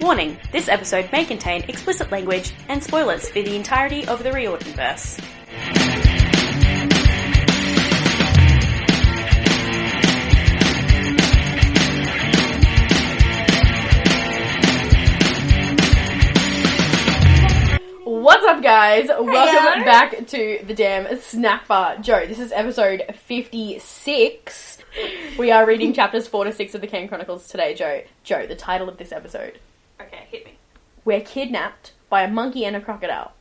Warning, this episode may contain explicit language and spoilers for the entirety of the Riordan verse. What's up, guys? Welcome Hiya. back to the damn snack bar, Joe. This is episode fifty-six. We are reading chapters four to six of the Kane Chronicles today, Joe. Joe, the title of this episode: Okay, hit me. We're kidnapped by a monkey and a crocodile.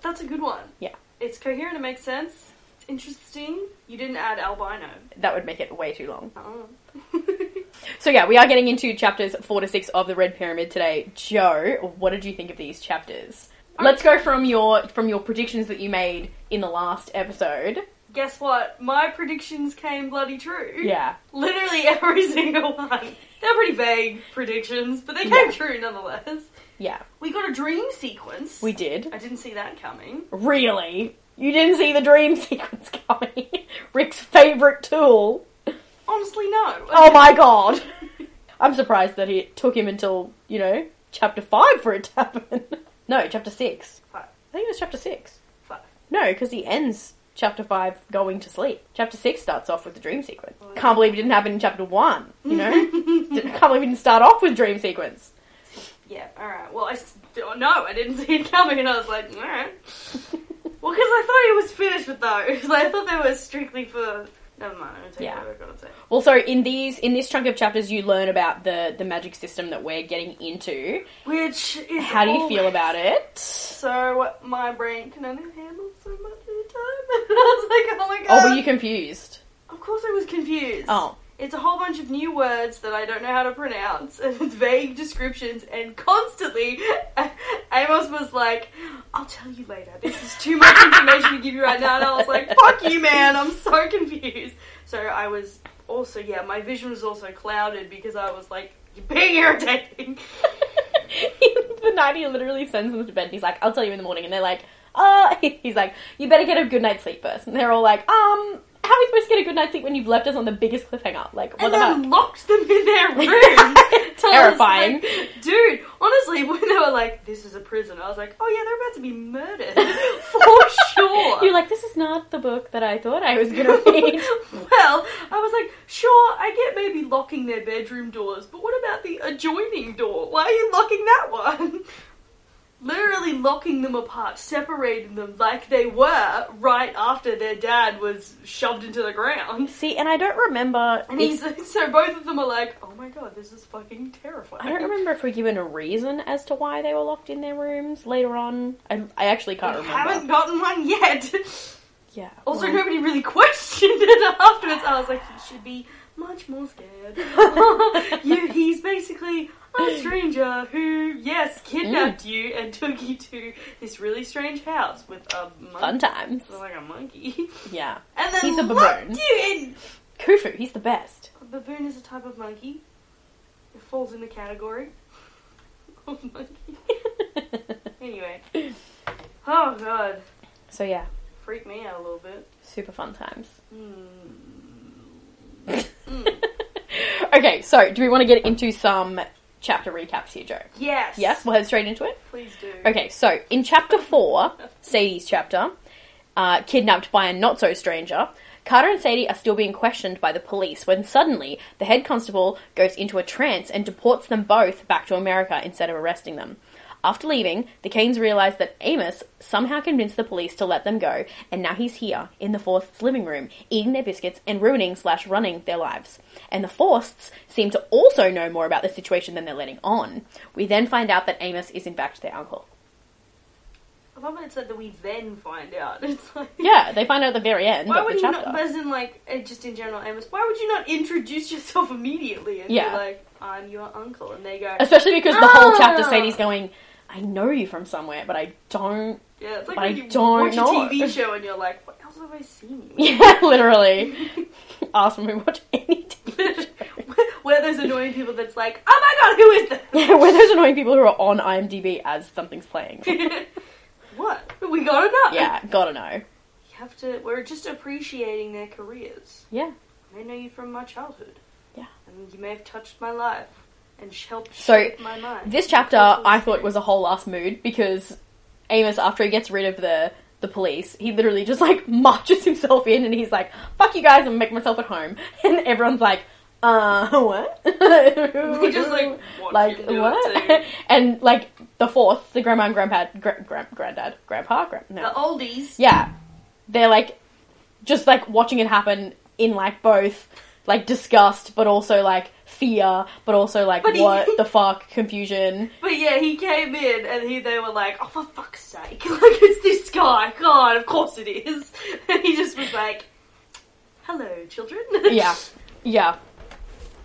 That's a good one. Yeah. It's coherent, it makes sense. It's interesting. You didn't add albino. That would make it way too long. Oh. So yeah, we are getting into chapters four to six of the Red Pyramid today. Joe, what did you think of these chapters? Let's go from your from your predictions that you made in the last episode. Guess what? My predictions came bloody true. Yeah. Literally every single one. They're pretty vague predictions, but they came Yeah. true nonetheless. Yeah. We got a dream sequence. We Oh. did. I didn't see that coming. Really? You didn't see the dream sequence coming? Rick's favourite tool. Honestly, no. Oh my god. I'm surprised that it took him until, you know, chapter 5 for it to happen. No, chapter 6. Fuck. I think it was chapter 6. Fuck. No, because he ends chapter 5 going to sleep. Chapter 6 starts off with the dream sequence. Oh, yeah. Can't believe it didn't happen in chapter 1, you know? Didn't- Can't believe it didn't start off with dream sequence. Yeah, alright. Well, I. s- oh, No, I didn't see it coming, and I was like, alright. Well, because I thought it was finished with those. Like, I thought they were strictly for. Never mind. I'm gonna take Yeah. whatever I gotta say. Also, in these in this chunk of chapters, you learn about the the magic system that we're getting into. Which is How do you all- feel about it? So my brain can only handle so much at a time. And I was like, oh my god. Oh, were you confused? Of course, I was confused. Oh, It's a whole bunch of new words that I don't know how to pronounce, and it's vague descriptions, and constantly Amos was like, I'll tell you later. This is too much information to give you right now. And I was like, fuck you, man. I'm so confused. So I was also, yeah, my vision was also clouded because I was like, you're being irritating. the night he literally sends them to bed. And he's like, "I'll tell you in the morning," and they're like, "Uh," he's like, "You better get a good night's sleep first. And they're all like, "Um, how are we supposed to get a good night's sleep when you've left us on the biggest cliffhanger? Like, what and the then fuck?" locked them in their room. Tell us, Terrifying. like, dude, honestly, when they were like, this is a prison, I was like, oh yeah, they're about to be murdered. For sure. You're like, this is not the book that I thought I was gonna read. well, I was like, sure, I get maybe locking their bedroom doors, but what about the adjoining door? Why are you locking that one? Literally locking them apart, separating them like they were right after their dad was shoved into the ground. See, and I don't remember. And he's so both of them are like, oh my god, this is fucking terrifying. I don't remember if we're given a reason as to why they were locked in their rooms later on. I, I actually can't We remember. haven't gotten one yet. Yeah. Also, well- nobody really questioned it afterwards. I was like, he should be much more scared. you, he's basically a stranger who, yes, kidnapped you and took you to this really strange house with a fun monkey. times. Like a monkey. Yeah. And then He's a locked baboon. you Khufu, he's the best. in. Baboon is a type of monkey. It falls in the category of monkey. Anyway. Oh, God. so yeah, Freaked me out a little bit. super fun times. Mm. okay, so do we want to get into some chapter recaps here, Joe? Yes. Yes, we'll head straight into it. Please do. Okay, so in chapter four, Sadie's chapter, uh, kidnapped by a not so stranger, Carter and Sadie are still being questioned by the police when suddenly the head constable goes into a trance and deports them both back to America instead of arresting them. After leaving, the Canes realize that Amos somehow convinced the police to let them go, and now he's here in the Forst's living room, eating their biscuits and ruining slash running their lives. And the Forsts seem to also know more about the situation than they're letting on. We then find out that Amos is in fact their uncle. I love that it said that we then find out. It's like Yeah, they find out at the very end Why of would the you chapter. not? As in, like, uh, just in general, Amos. Why would you not introduce yourself immediately and Yeah. be like, "I'm your uncle," and they go, Especially because the whole chapter, Ah! Sadie's going, "I know you from somewhere, but I don't." "Yeah." It's like I when you don't watch know. a TV show and you're like, "What else have I seen?" you Yeah, literally. Ask when we watch any TV with?" Where those annoying people that's like, "Oh my god, who is that?" Yeah, we're those annoying people who are on IMDb as something's playing. what? We gotta know. yeah, gotta know. You have to. We're just appreciating their careers. Yeah. I know you from my childhood. Yeah. And you may have touched my life. and sh- helped So, shape my mind. This chapter I thought was a whole ass mood because Amos, after he gets rid of the the police, he literally just like marches himself in and he's like, "Fuck you guys, I'm making myself at home," and everyone's like. Uh, what? We just like watch like him do it what? too. and like the fourth, the grandma and grandpa, gra- gra- granddad, grandpa, gra- no, The oldies. yeah, they're like just like watching it happen in like both like disgust, but also like fear, but also like But he- what the fuck confusion. But yeah, he came in and he they were like, oh for fuck's sake, like it's this guy. God, of course it is. And he just was like, hello, children. Yeah, yeah.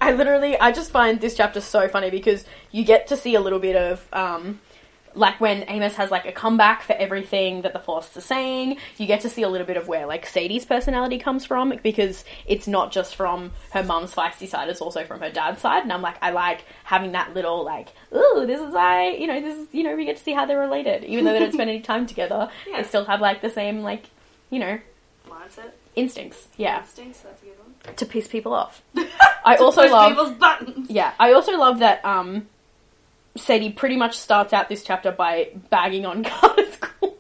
I literally, I just find this chapter so funny because you get to see a little bit of um, like when Amos has like a comeback for everything that the Force are saying. You get to see a little bit of where like Sadie's personality comes from because it's not just from her mum's feisty side; it's also from her dad's side. And I'm like, I like having that little like, ooh, this is I, you know, this is you know, we get to see how they're related, even though they don't spend any time together. Yeah. They still have like the same like, you know, Mindset. instincts. Yeah, Instincts, that's a good one. to piss people off. I To also push love- people's buttons. Yeah, I also love that um, Sadie pretty much starts out this chapter by bagging on Carter's clothes.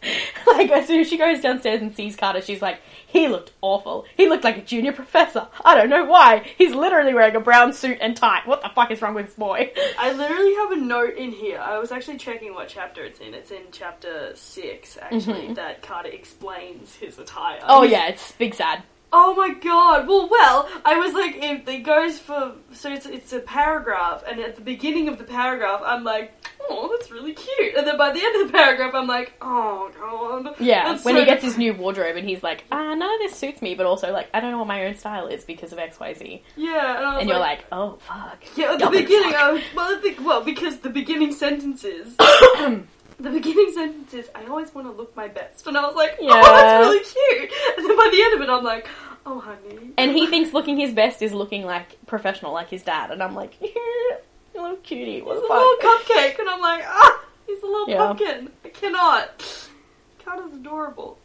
like, as soon as she goes downstairs and sees Carter, she's like, he looked awful. He looked like a junior professor. I don't know why. He's literally wearing a brown suit and tie. What the fuck is wrong with this boy? I literally have a note in here. I was actually checking what chapter it's in. It's in chapter six, actually, that Carter explains his attire. Mm-hmm. Oh, yeah, it's big sad. Oh my god. Well, well, I was like, it, it goes for so it's it's a paragraph, and at the beginning of the paragraph, I'm like, oh, that's really cute, and then by the end of the paragraph, I'm like, oh god. Yeah, That's when so he gets his new wardrobe and he's like, ah, none of this suits me, but also, like, I don't know what my own style is because of XYZ. yeah, and, I was And you're like, oh, fuck. yeah, at the dumb as beginning, fuck. I was, well, I think, well, because the beginning sentences. The beginning sentences, I always want to look my best. And I was like, oh, Yeah. that's really cute. And then by the end of it, I'm like, oh, honey. And he thinks looking his best is looking like professional, like his dad. And I'm like, yeah, you little cutie. What He's the a little fuck? cupcake, and I'm like, ah, he's a little Yeah. pumpkin. I cannot. God is adorable.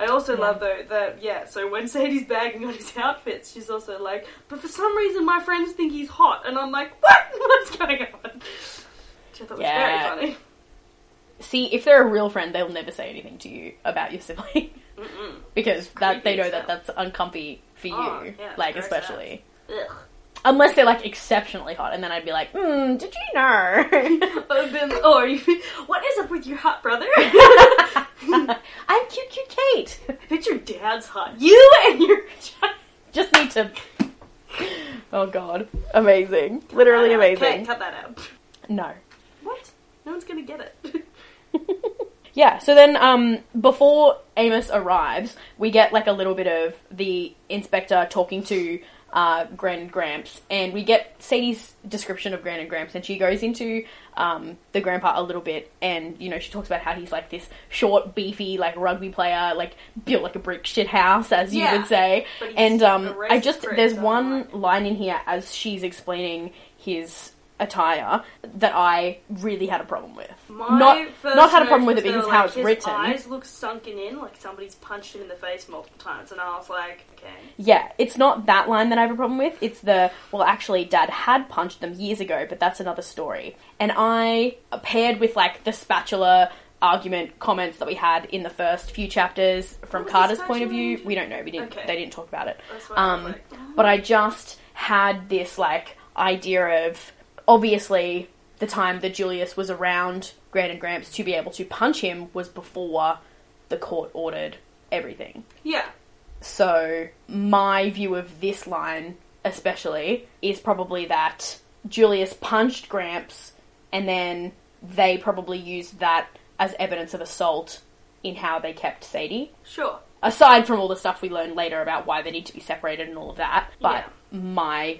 I also Yeah. love though that yeah. So when Sadie's bagging on his outfits, she's also like, but for some reason my friends think he's hot, and I'm like, what? What's going on? Which I thought Yeah. was very funny. See, if they're a real friend, they'll never say anything to you about your sibling Mm-mm. because that they Creepy know as that hell. that's uncomfy for you, Oh, yeah, like very especially Ugh. unless they're like exceptionally hot, and then I'd be like, mm, did you know? I would've been, oh, are you, what is up with your hot brother? I'm cute, cute Kate. I bet your dad's hot. You and your Just need to. Oh god, amazing! Literally Cut that out. Okay, amazing. cut that out. No. What? No one's gonna get it. Yeah, so then um, before Amos arrives, we get like a little bit of the inspector talking to uh, Gran and Gramps, and we get Sadie's description of Gran and Gramps, and she goes into um, the grandpa a little bit, and you know she talks about how he's like this short, beefy, like rugby player, like built like a brick shit house, as you Yeah. would say. But he's And um, a racist I just prick, there's so one like- line in here as she's explaining his attire that I really had a problem with. My not first not had a problem note with it was because that, how like, it's his written. Eyes look sunken in, like somebody's punched him in the face multiple times, and I was like, okay, Yeah, it's not that line that I have a problem with. It's the well, actually, Dad had punched them years ago, but that's another story. And I paired with like the spatula argument comments that we had in the first few chapters from What was the Carter's point of Oh, spatula view. again? We don't know. We didn't. Okay. They didn't talk about it. that's what I was Um, like. "Oh." but I just had this like idea of obviously the time that Julius was around Grant and Gramps to be able to punch him was before the court ordered everything. Yeah, So my view of this line, especially, is probably that Julius punched Gramps, and then they probably used that as evidence of assault in how they kept Sadie. sure. Aside from all the stuff we learn later about why they need to be separated and all of that, but my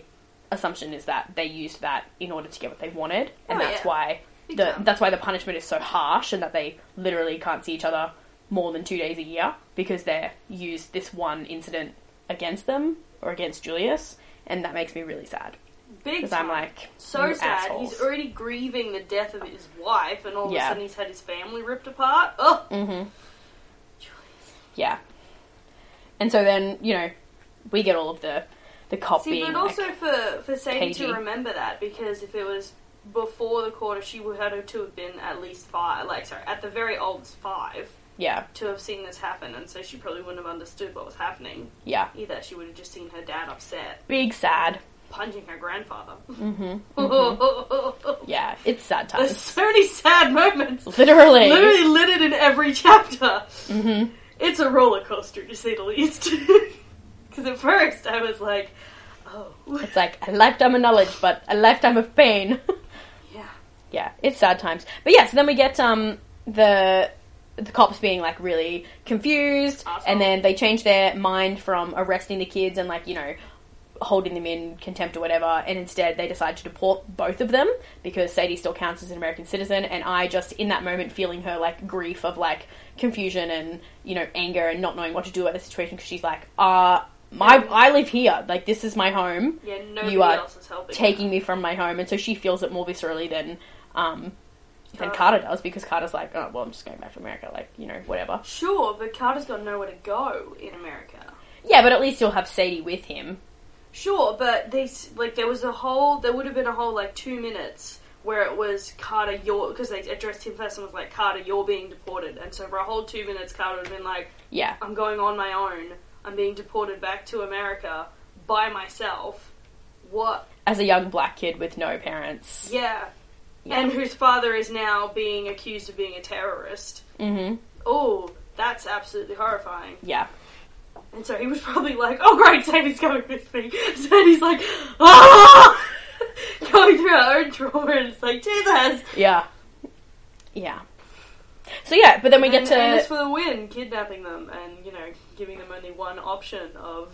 assumption is that they used that in order to get what they wanted, and Oh, that's yeah. why Big the, time. that's why the punishment is so harsh, and that they literally can't see each other more than two days a year because they're used this one incident against them or against Julius, and that makes me really sad Big because I'm time. like so you sad. assholes. He's already grieving the death of his wife, and all Yeah. of a sudden he's had his family ripped apart. Oh, Mhm. Yeah. And so then, you know, we get all of the The cop See, being but like, also for for Sadie to cagey. remember that because if it was before the quarter, she would had to have been at least five. Like, sorry, at the very old five yeah, to have seen this happen, and so she probably wouldn't have understood what was happening yeah, either. She would have just seen her dad upset, big sad. punching her grandfather. Mm-hmm. hmm Yeah, it's sad There's times. so many sad moments. Literally. Literally littered in every chapter. Mhm. It's a roller coaster, to say the least. Because at first I was like, oh, It's like a lifetime of knowledge, but a lifetime of pain. yeah. yeah, it's sad times. But yeah, so then we get um the the cops being like really confused, Asshole. and then they change their mind from arresting the kids and like you know holding them in contempt or whatever, and instead they decide to deport both of them because Sadie still counts as an American citizen, and I just in that moment feeling her like grief of like confusion and you know anger and not knowing what to do about the situation because she's like uh my I live here like this is my home Yeah, nobody are else is helping. taking me from my home, and so she feels it more viscerally than um, than Uh, Carter does because Carter's like, oh well, I'm just going back to America, like you know, whatever. Sure, but Carter's got nowhere to go in America. Yeah, but at least you'll have Sadie with him. Sure, but they s- like there was a whole there would have been a whole like two minutes where it was Carter, you're because they addressed him first and was like Carter, you're being deported, and so for a whole two minutes Carter would have been like, Yeah, I'm going on my own, I'm being deported back to America by myself. What? as a young black kid with no parents. Yeah. Yeah. And whose father is now being accused of being a terrorist. Mm-hmm. Oh, that's absolutely horrifying. Yeah, And so he was probably like, oh great, Sadie's coming with me. Sadie's like, ah! going through her own trauma and it's like, Jesus! yeah, yeah. So yeah, but then we get and, and it's to for the win, kidnapping them and, you know, giving them only one option of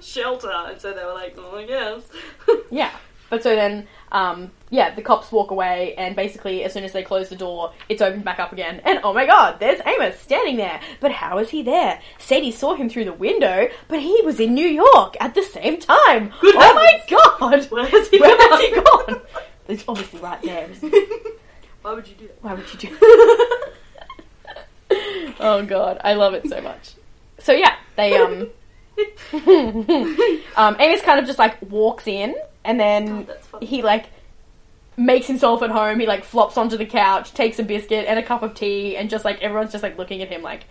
shelter. And so they were like, well, I guess. yeah. But so then, um, yeah, the cops walk away, and basically, as soon as they close the door, it's opened back up again. And oh my god, there's Amos standing there. But how is he there? Sadie saw him through the window, but he was in New York at the same time. Good oh my god! Where has he Where gone? has he gone? It's obviously right there. isn't it? Why would you do that? Why would you do that? oh god, I love it so much. So yeah, they um, um, Amos kind of just like walks in, and then God, Oh, that's funny. he like makes himself at home. He like flops onto the couch, takes a biscuit and a cup of tea, and just like everyone's just like looking at him like,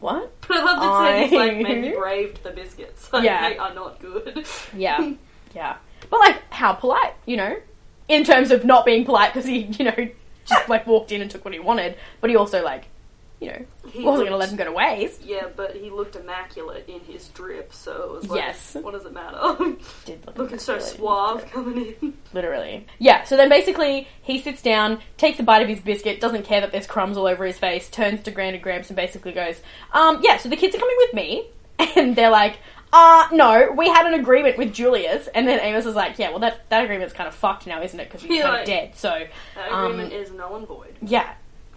what? But I love that Sadie's like, I- man, you braved the biscuits. Like, Yeah. They are not good. Yeah, yeah. But like, how polite, you know? In terms of not being polite because he, you know, just like walked in and took what he wanted, but he also like, you know, wasn't He going to looked- let him go to waste. Yeah, but he looked immaculate in his drip, so it was like, Yes. what does it matter? Did look Looking so immaculate. suave coming in. literally. Yeah. So then basically, he sits down, takes a bite of his biscuit, doesn't care that there's crumbs all over his face, turns to Grant and Gramps, and basically goes, um, "Yeah, so the kids are coming with me," and they're like. Uh, no, we had an agreement with Julius, and then Amos is like, yeah, well, that, that agreement's kind of fucked now, isn't it? Because he's Yeah, kind of like- dead, so, That Um, agreement is null and void. Yeah.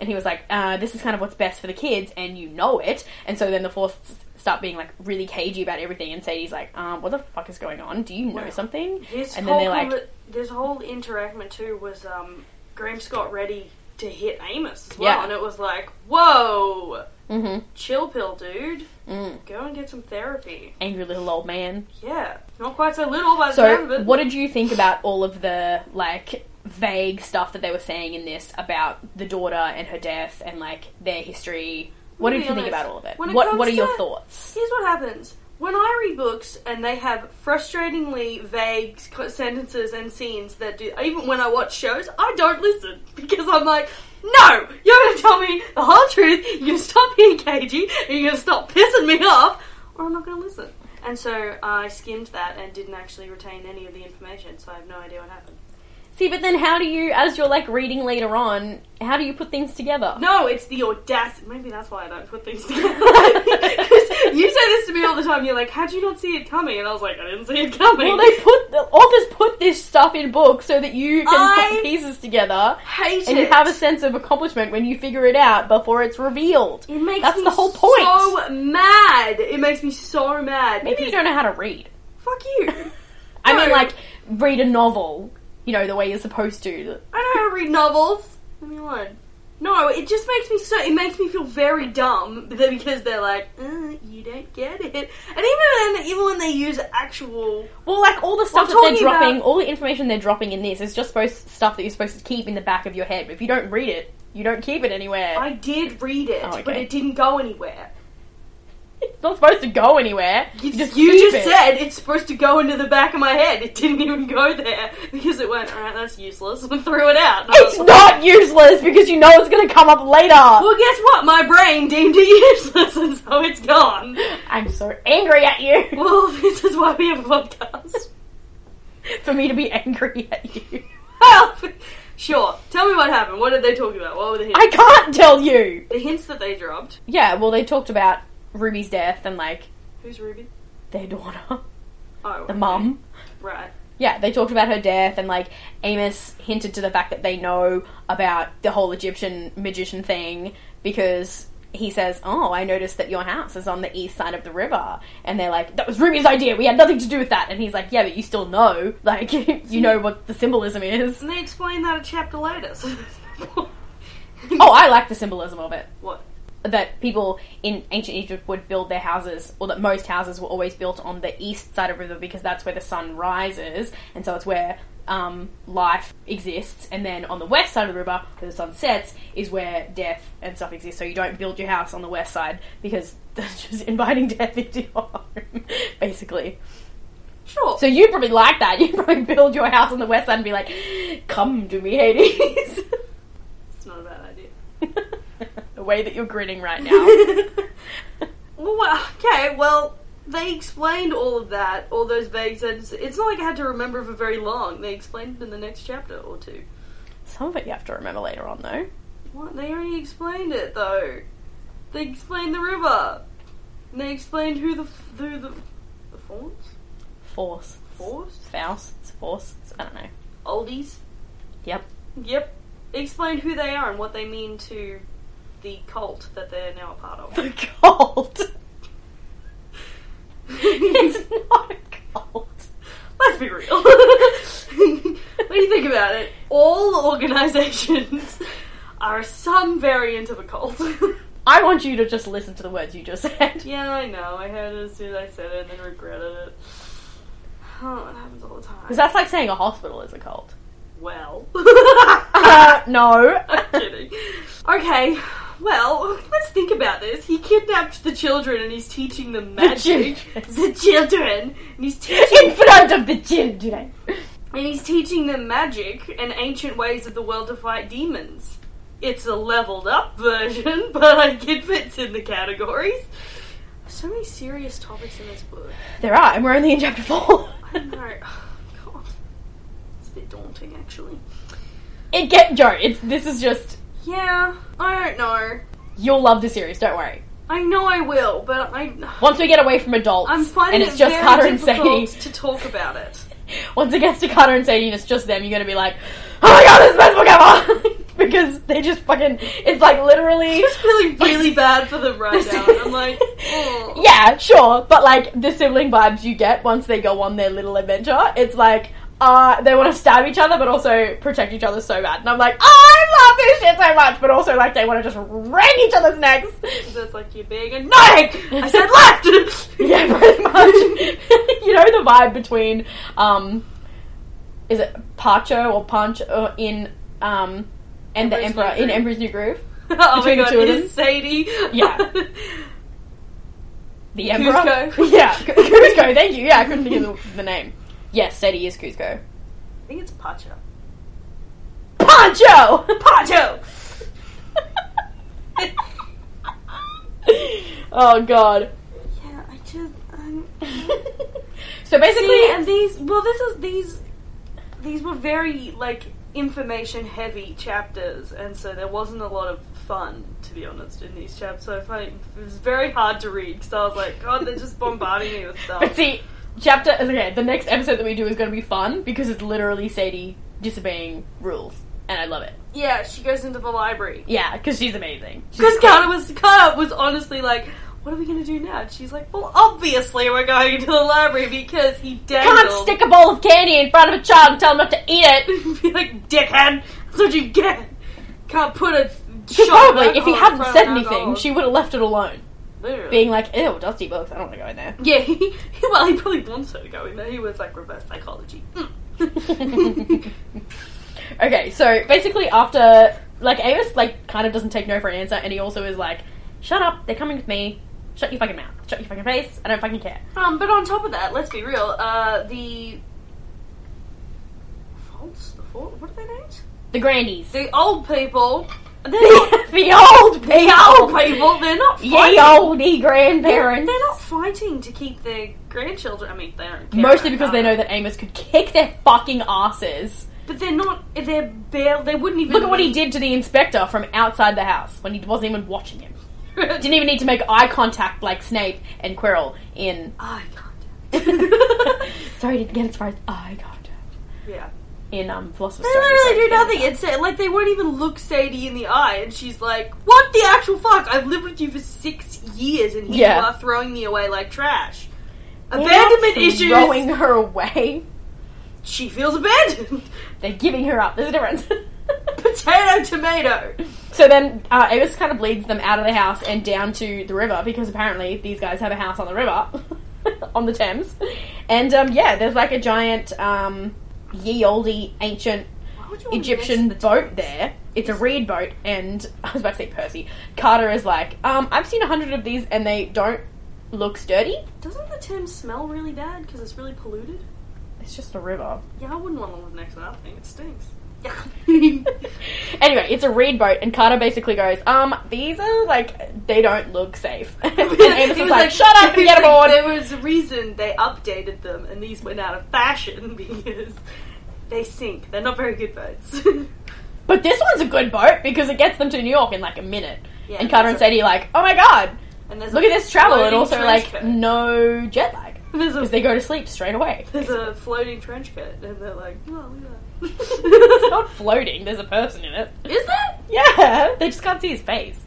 And he was like, uh, this is kind of what's best for the kids, and you know it. And so then the force s- start being like really cagey about everything, and Sadie's like, um, what the fuck is going on? Do you know Wow. something? His and then whole they're like, conver- this whole interaction too was um, Graham Scott ready to hit Amos as well, Yeah. and it was like, whoa, mm chill pill, dude. hmm, mm, Go and get some therapy. angry little old man. Yeah, not quite so little by the sound of So, it. what did you think about all of the like vague stuff that they were saying in this about the daughter and her death and like their history? What did I'll you be think honest, about all of it? when it what comes What are your to- thoughts? Here's what happens. When I read books and they have frustratingly vague s- sentences and scenes that do, even when I watch shows, I don't listen because I'm like, no, you're going to tell me the whole truth. You're going to stop being cagey. And you're going to stop pissing me off, or I'm not going to listen. And so I skimmed that and didn't actually retain any of the information, so I have no idea what happened. See, but then how do you, as you're like reading later on, how do you put things together? No, it's the audacity. Maybe that's why I don't put things together. 'Cause you say this to me all the time. You're like, how'd you not see it coming? And I was like, I didn't see it coming. Well, they put the authors put this stuff in books so that you can put the I- pieces together hate and it. you have a sense of accomplishment when you figure it out before it's revealed. it makes That's me the whole point. so mad. It makes me so mad. Maybe you because- don't know how to read. Fuck you. I mean, No. like read a novel, you know, the way you're supposed to. I know how to read novels. Leave me alone. No, it just makes me so. It makes me feel very dumb that- because they're like, uh, you don't get it. And even when, even when they use actual, Well, like all the stuff We're that they're talking about- dropping, all the information they're dropping in this is just supposed stuff that you're supposed to keep in the back of your head. But if you don't read it, you don't keep it anywhere. I did read it, Oh, okay. but it didn't go anywhere. It's not supposed to go anywhere. You you just, keep it. said it's supposed to go into the back of my head. It didn't even go there because it went. All right, that's useless. and threw it out. And I it's was like, not useless because you know it's going to come up later. Well, guess what? My brain deemed it useless, and so it's gone. I'm so angry at you Well, this is why we have a podcast. for me to be angry at you. Help! Sure. Tell me what happened. What did they talk about? What were the hints? I can't tell you. the hints that they dropped. Yeah, well, they talked about Ruby's death and like Who's Ruby? their daughter, Oh, the mum. right. Yeah, they talked about her death and like Amos hinted to the fact that they know about the whole Egyptian magician thing because he says, "Oh, I noticed that your house is on the east side of the river," and they're like, "That was Ruby's idea. We had nothing to do with that." And he's like, "Yeah, but you still know, like, you know what the symbolism is." And they explained that a chapter later. So Oh, I like the symbolism of it. what? that people in ancient Egypt would build their houses, or that most houses were always built on the east side of the river because that's where the sun rises, and so it's where um, life exists. And then on the west side of the river, where the sun sets, is where death and stuff exists. So you don't build your house on the west side because that's just inviting death into your home, basically. Sure. So you probably like that. You probably build your house on the west side and be like, "Come to me, Hades." it's not a bad idea. the way that you're grinning right now. Well, well, okay. Well, they explained all of that, all those vague sentences. It's not like I had to remember it for very long. They explained it in the next chapter or two. Some of it you have to remember later on, though. What? They only explained it though. They explained the river. And they explained who the f- who the the fawns, Force, force, Fausts, Forsts, I don't know. oldies. Yep. Yep. Explained who they are and what they mean to the cult that they're now a part of. The cult. it's not a cult. Let's be real. when you think about it, all organizations are some variant of a cult. I want you to just listen to the words you just said. yeah, I know. I heard it as soon as I said it and then regretted it. Oh, it happens all the time. Because that's like saying a hospital is a cult. well? Uh, no. I'm kidding. Okay, well, let's think about this. He kidnapped the children and he's teaching them magic. children. The children. And he's teaching In front of the children. and he's teaching them magic and ancient ways of the world to fight demons. It's a leveled up version, but I it fits in the categories. So many serious topics in this book. There are, and we're only in chapter four. I know. oh, God. It's a bit daunting actually. It get Joe. It's this is just Yeah, I don't know. you'll love the series. Don't worry. I know I will, but I Once we get away from adults, I'm finding and it it's just very Carter and difficult Sadie, to talk about it. once it gets to Carter and Sadie and it's just them, you're gonna be like, oh my god, this is the best book ever! because they just fucking, it's like literally. It's feeling really bad for them right now. and I'm like, oh. yeah, sure, but like the sibling vibes you get once they go on their little adventure, it's like, uh, they want to stab each other but also protect each other so bad. And I'm like, oh, I love this shit so much, but also like they want to just wring each other's necks. So it's like you're being a nag. I said left. Yeah, pretty much. you know the vibe between um is it Pacho or Punch uh, in um and the Emperor's Emperor New in Groove. Emperor's New Groove? oh my Between the god, two of it is Sadie. Yeah. The Emperor? Cusco. Yeah, C- Cusco, thank you. Yeah, I couldn't think of the, the name. Yes, said he is Cusco. I think it's Pacho. Pancho! Pacho. oh god. Yeah, I just. Um, so basically See, and these. Well, this is these. These were very like information heavy chapters, and so there wasn't a lot of fun to be honest in these chapters. So I find it was very hard to read because I was like, Oh, God, they're just bombarding me with stuff. But see, chapter okay. The next episode that we do is going to be fun because it's literally Sadie disobeying rules, and I love it. Yeah, she goes into the library. Yeah, because she's amazing. Because Carter was Carter was honestly like, "What are we gonna do now?" And she's like, "Well, obviously we're going to the library because he dangled." Can't stick a bowl of candy in front of a child and tell them not to eat it. Be like, "Dickhead, that's what you get. Can't put a Because Shot of probably, if he alcohol in hadn't front of said an anything, adult. she would have left it alone. Literally. Being like, ew, dusty books, I don't want to go in there. Yeah, he, he- well, he probably wants her to go in there. He was like reverse psychology. Mm. Okay, so basically after, like, Amos, like, kind of doesn't take no for an answer, and he also is like, shut up, they're coming with me, shut your fucking mouth, shut your fucking face, I don't fucking care. um, but on top of that, let's be real. Uh, the faults, the fault. What are they named? The grandies. The old people. They're not the old the people. old people. They're not. Ye Fighting. olde They're, grandparents. they're not fighting to keep their grandchildren. I mean, they don't. Care Mostly about because they that. know that Amos could kick their fucking asses. But they're not. They're bare. They wouldn't even Look at what he did to the inspector from outside the house when he wasn't even watching him. did. Didn't even need to make eye contact like Snape and Quirrell in. I can't. Sorry, didn't get as far as eye contact Yeah. in um, Philosopher's They Stone. literally Sorry, do nothing. It's uh, like they won't even look Sadie in the eye, and she's like, "What the actual fuck? I've lived with you for six years, and here Yeah. you are throwing me away like trash." They're not Abandonment issues. Throwing her away. She feels abandoned. They're giving her up. There's a difference. Potato, tomato. So then uh, Amos kind of leads them out of the house and down to the river because apparently these guys have a house on the river, on the Thames. And um, yeah, there's like a giant um, ye olde ancient Why Oh, would you want to Egyptian mess boat there. It's a reed boat, and I was about to say Percy. Carter is like, um, I've seen a hundred of these and they don't look sturdy. with- Doesn't the Thames smell really bad because it's really polluted? It's just a river. Yeah, I wouldn't want to live next to that thing. It stinks. Yeah. anyway, it's a reed boat, and Carter basically goes, um, these are like, they don't look safe. and Amos It is like, shut up and get aboard. There was a reason they updated them, and these went out of fashion because they sink. They're not very good boats. But this one's a good boat because it gets them to New York in like a minute. Yeah, and Carter and that's Sadie are like, oh my god, and there's look a at this travel, and floating also trench like coat. no jet lag there's a because they go to sleep straight away. there's a floating trench coat, and they're like, oh, look at it's that. not floating. There's a person in it. Is that? Yeah, they just can't see his face.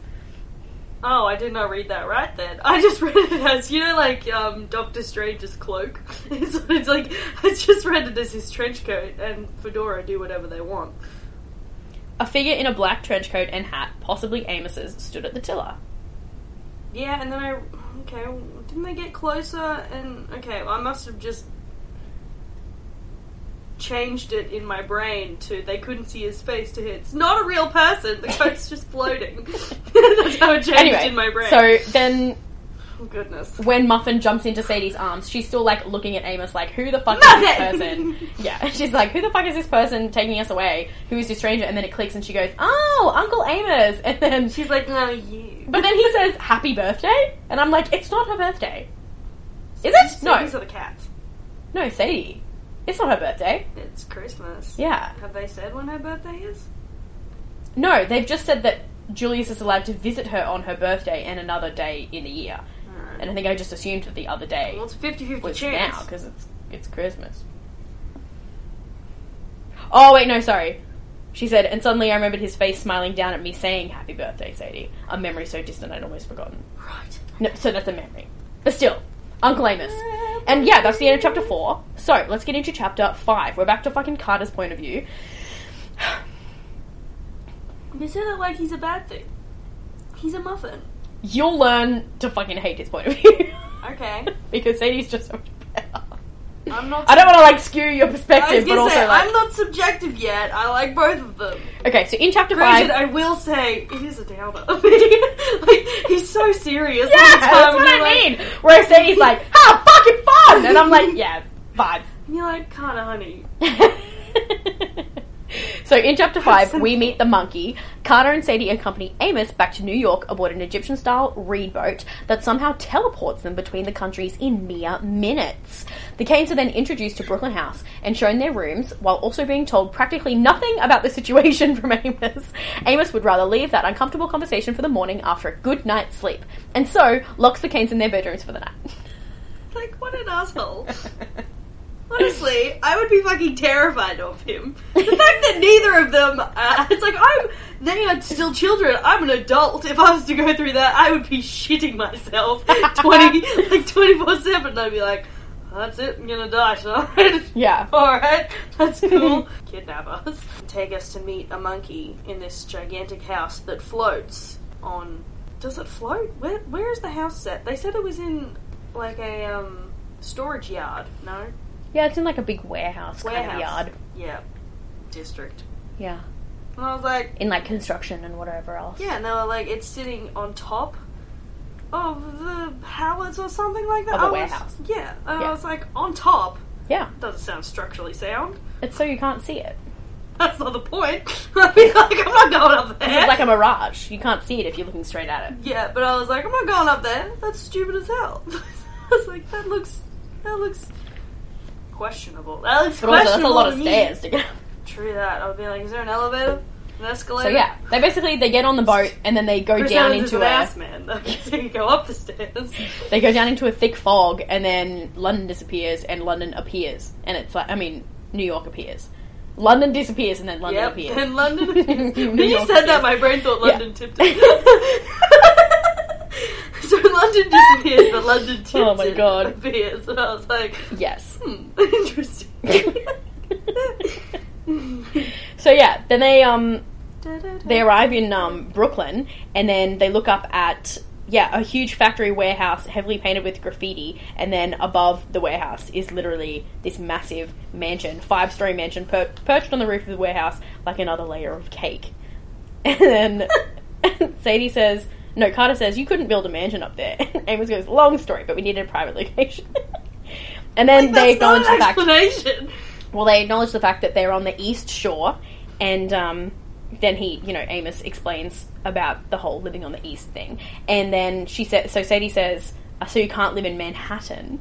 Oh, I did not read that right then. I just read it as you know, like um, Doctor Strange's cloak. It's, it's like I just read it as his trench coat and fedora do whatever they want. A figure in a black trench coat and hat, possibly Amos's, stood at the tiller. Yeah, and then I. Okay, didn't they get closer? And okay, I must have just changed it in my brain to they couldn't see his face to hit. It's not a real person. The coat's just floating. That's how it changed Anyway, in my brain. so then oh, goodness. when Muffin jumps into Sadie's arms, she's still like looking at Amos like, who the fuck is this Muffin! person? Yeah, she's like, who the fuck is this person taking us away? Who is this stranger? And then it clicks and she goes, oh, Uncle Amos. And then She's like, no, you. but then he says, happy birthday. And I'm like, it's not her birthday. Is it? See, No. These are the cats. No, Sadie. It's not her birthday. It's Christmas. Yeah. Have they said when her birthday is? No, they've just said that Julius is allowed to visit her on her birthday and another day in the year. Alright. And I think I just assumed that the other day Well, it's a 50 50 was chance. now because it's it's Christmas. Oh wait, no, sorry. She said, and suddenly I remembered his face smiling down at me, saying, "Happy birthday, Sadie." A memory so distant I'd almost forgotten. Right. No, so that's a memory, but still, Uncle Amos. And yeah, that's the end of chapter four. So let's get into chapter five. We're back to fucking Carter's point of view. They said it like he's a bad thing. He's a muffin. You'll learn to fucking hate his point of view Okay. because Sadie's just so much better. I'm not I don't want to like skew your I was perspective, but gonna also say, like I'm not subjective yet. I like both of them. okay. So in chapter Granted, five, I will say it is a downer. like he's so serious. all the Yeah, time, that's what and you're I like- mean. Where Sadie's like, "How fucking fun," and I'm like, "Yeah, and You're like, kinda honey. vibes." so in chapter five, we meet the monkey. Carter and Sadie accompany Amos back to New York aboard an Egyptian-style reed boat that somehow teleports them between the countries in mere minutes. The Canes are then introduced to Brooklyn House and shown their rooms, while also being told practically nothing about the situation from Amos. Amos would rather leave that uncomfortable conversation for the morning after a good night's sleep, and so locks the Canes in their bedrooms for the night. Like, what an asshole. Honestly, I would be fucking terrified of him. The fact that neither of them, uh, it's like I'm, they are still children. I'm an adult. If I was to go through that, I would be shitting myself twenty, like twenty four seven. I'd be like, that's it, I'm gonna die tonight. Yeah. Alright, that's cool. Kidnap us. Take us to meet a monkey in this gigantic house that floats on. Does it float? Where, where is the house set? They said it was in, like, a um, storage yard. No? Yeah, it's in like a big warehouse, kind of Warehouse. yard. Yeah. District. Yeah. And I was like, In like construction and whatever else. yeah, and they were like, it's sitting on top of the pallets or something like that. Of a I was- warehouse. yeah. And Yeah. I was like, on top? Yeah. Doesn't sound structurally sound. It's so you can't see it. That's not the point. I mean, like, I'm not going up there. It's like a mirage. You can't see it if you're looking straight at it. yeah, but I was like, I'm not going up there. That's stupid as hell. I was like, that looks, that looks questionable. That looks But also, that's questionable. a lot of to me. stairs to get. True that. I would be like, is there an elevator? An So escalator? yeah, they basically they get on the boat and then they go Chris down Evans is into an a ass man. though, 'cause he can go up the stairs. they go down into a thick fog and then London disappears and London appears and it's like I mean New York appears, London disappears and then London yep. appears. And London. when New you York said that, appears. my brain thought Yeah. London tipped it. so London disappears, but London tipped Oh my it God. appears, and I was like, yes. hmm, interesting. so yeah, then they um they arrive in um, Brooklyn and then they look up at yeah a huge factory warehouse heavily painted with graffiti and then above the warehouse is literally this massive mansion five story mansion per- perched on the roof of the warehouse like another layer of cake and then Sadie says no Carter says you couldn't build a mansion up there and Amos goes long story but we needed a private location and then they That's not acknowledge the an fact explanation. well, they acknowledge the fact that they're on the east shore, and um, then he, you know, Amos explains about the whole living on the east thing, and then she said, so Sadie says, "Uh, so you can't live in Manhattan,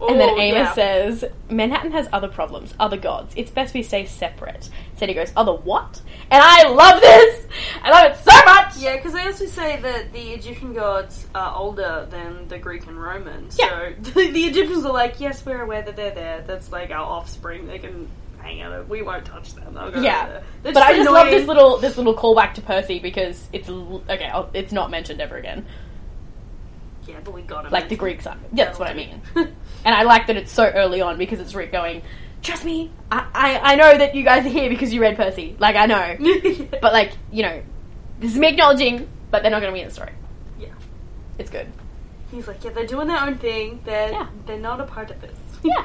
and then Oh, Amos yeah. says, Manhattan has other problems, other gods. It's best we stay separate. Sadie goes, other what? And I love this. I love it so much. Yeah, because they also say that the Egyptian gods are older than the Greek and Roman. Yeah. So the, the Egyptians are like, yes, we're aware that they're there. That's like our offspring. They can hang out. We won't touch them. They'll go Yeah. over there. They're But I just love annoying. this little this little callback to Percy because it's l- okay. I'll, it's not mentioned ever again. Yeah, but we got him. Like the Greeks are. Yeah, that's what I mean. mean. And I like that it's so early on because it's Rick going, Trust me, I, I, I know that you guys are here because you read Percy. Like, I know. But, like, you know, this is me acknowledging, but they're not going to be in the story. Yeah. It's good. He's like, yeah, they're doing their own thing. They're Yeah. they're not a part of this. Yeah.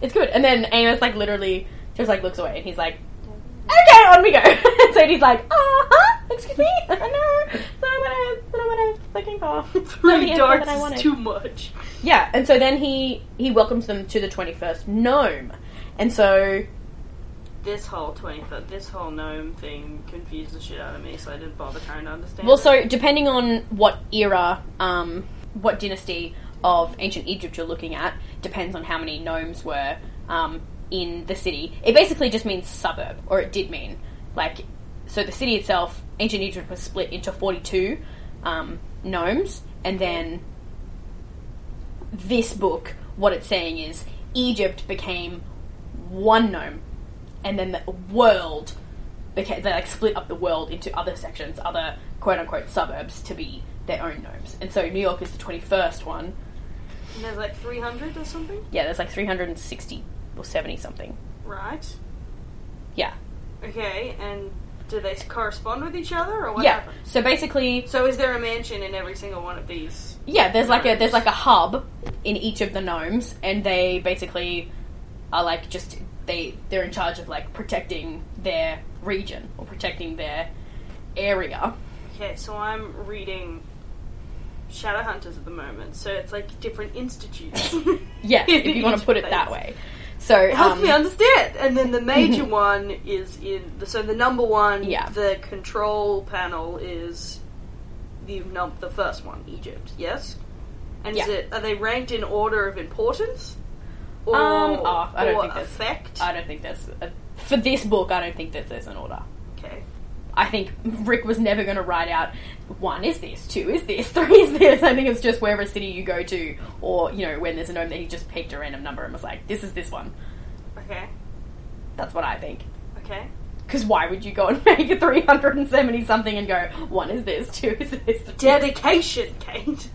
It's good. And then Amos, like, literally just, like, looks away and he's like, Okay, on we go. and Sadie's like, Uh huh, excuse me. I know. So I'm gonna, so I'm gonna fucking go. Three darts I wanted. is too much. Yeah, and so then he he welcomes them to the 21st gnome. And so This whole twenty third, this whole gnome thing confused the shit out of me, so I didn't bother trying to understand. Well, it. so depending on what era, um, what dynasty of ancient Egypt you're looking at, depends on how many gnomes were um, in the city. It basically just means suburb, or it did mean like so. The city itself, ancient Egypt was split into 42 um, gnomes, and then this book, what it's saying is Egypt became one gnome, and then the world became they like split up the world into other sections, other quote unquote suburbs to be their own gnomes. And so New York is the twenty first one. and there's like three hundred or something, Yeah, there's like three hundred and sixty or seventy something. right? Yeah. Okay, and do they correspond with each other, or what yeah. happens? So basically So is there a mansion in every single one of these? yeah, there's like a there's like a hub in each of the gnomes and they basically are like just they they're in charge of like protecting their region or protecting their area. Okay, so I'm reading Shadowhunters at the moment, so it's like different institutes. Yes, in if you want each to put it that place. way. So It helps um, me understand. And then the major one is in. The, so the number one, Yeah. the control panel is the num- the first one, Egypt. Yes. And is Yeah. it are they ranked in order of importance or, Um, oh, I don't or think that's- effect? I don't think that's a, for this book. I don't think that there's an order. okay. I think Rick was never going to write out one is this, two is this, three is this. I think it's just wherever city you go to, or you know when there's a gnome that he just picked a random number and was like, this is this one. Okay. That's what I think. Okay. Because why would you go and make a 370 something and go one is this, two is this? three is- Dedication, Kate.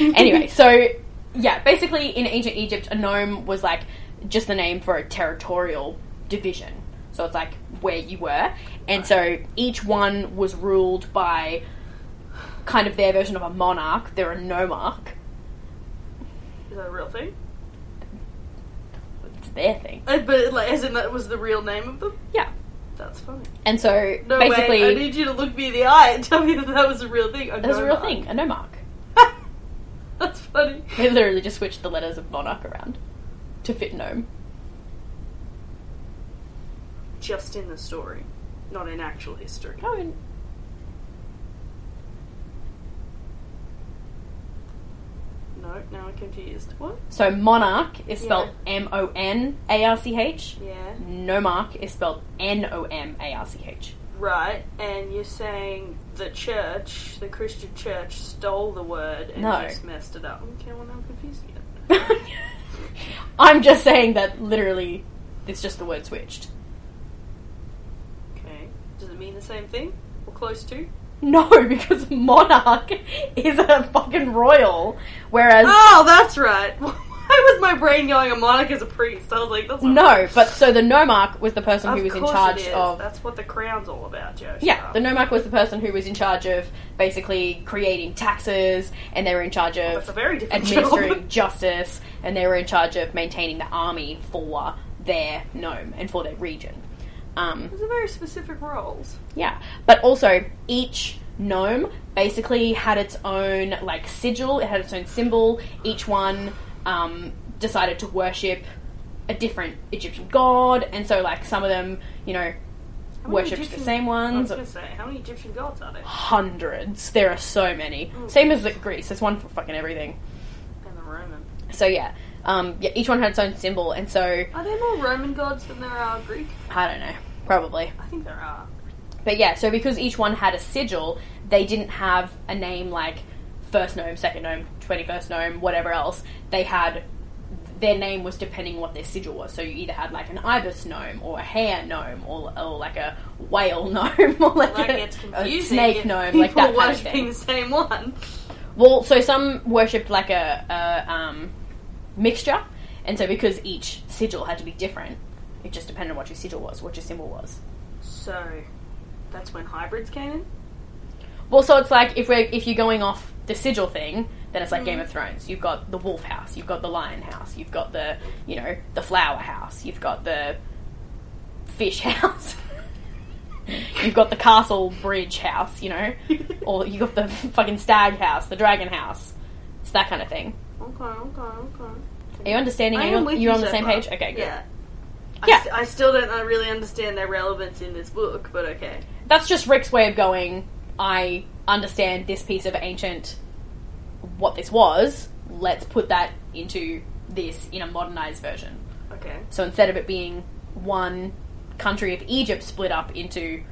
anyway, so yeah, basically in ancient Egypt, a nome was like just the name for a territorial division. So it's like where you were. And so each one was ruled by kind of their version of a monarch. They're a nomarch. Is that a real thing? It's their thing. Uh, But like, as in that was the real name of them. Yeah. That's funny. And so No basically, way. I need you to look me in the eye and tell me that that was a real thing. it was a real thing, a nomarch. That's funny. They literally just switched the letters of monarch around to fit gnome. Just in the story, not in actual history. No, in- No, now I'm confused. What? So monarch is spelled M O N A R C H. Yeah. Nomarch is spelled N O M A R C H. Right, and you're saying the church, the Christian church, stole the word and No. just messed it up. Okay, well now I'm confused again. I'm just saying that literally, it's just the word switched. Okay. Does it mean the same thing? Or close to? No, because monarch is a fucking royal, whereas Oh, that's right. Why was my brain going? A monarch is a priest. I was like, that's not no. But so the nomarch was the person Of who was in course it charge is. of That's what the crown's all about, Joe. Yeah, the Nomarch was the person who was in charge of basically creating taxes, and they were in charge Oh, That's a of very different administering job. justice, and they were in charge of maintaining the army for their nome and for their region. Um, Those are very specific roles. yeah, but also each nome basically had its own like sigil, it had its own symbol. Each one um, decided to worship a different Egyptian god, and so like some of them, you know, How many worshipped the Egyptian- same I was ones gonna say, how many Egyptian gods are there? hundreds. There are so many. Same as like, Greece. There's one for fucking everything. And the Roman. So yeah, um, yeah. Each one had its own symbol, and so Are there more Roman gods than there are Greek? I don't know, probably. I think there are. But yeah, so because each one had a sigil, they didn't have a name like first gnome, second gnome, twenty-first gnome, whatever else. They had their name was depending on what their sigil was. So you either had like an ibis gnome or a hare gnome or, or like a whale gnome or like, Like a, it's a confusing. snake if gnome, people like that kind of worshiping thing. the same one. Well, so some worshipped like a, a um, mixture, and so because each sigil had to be different, it just depended on what your sigil was, what your symbol was. So, that's when hybrids came in. Well, so it's like if we're if you're going off the sigil thing, then Mm-hmm. it's like Game of Thrones. You've got the wolf house, you've got the lion house, you've got the you know the flower house, you've got the fish house, you've got the castle bridge house, you know, or you got the fucking stag house, the dragon house. It's that kind of thing. Okay, okay, okay. Are you understanding? I Are you am on, with you're you on the so same far. page? Okay, good. Yeah. I Yeah. st- I still don't uh, really understand their relevance in this book, but okay. That's just Rick's way of going, I understand this piece of ancient, what this was, let's put that into this in a modernized version. Okay. So instead of it being one country of Egypt split up into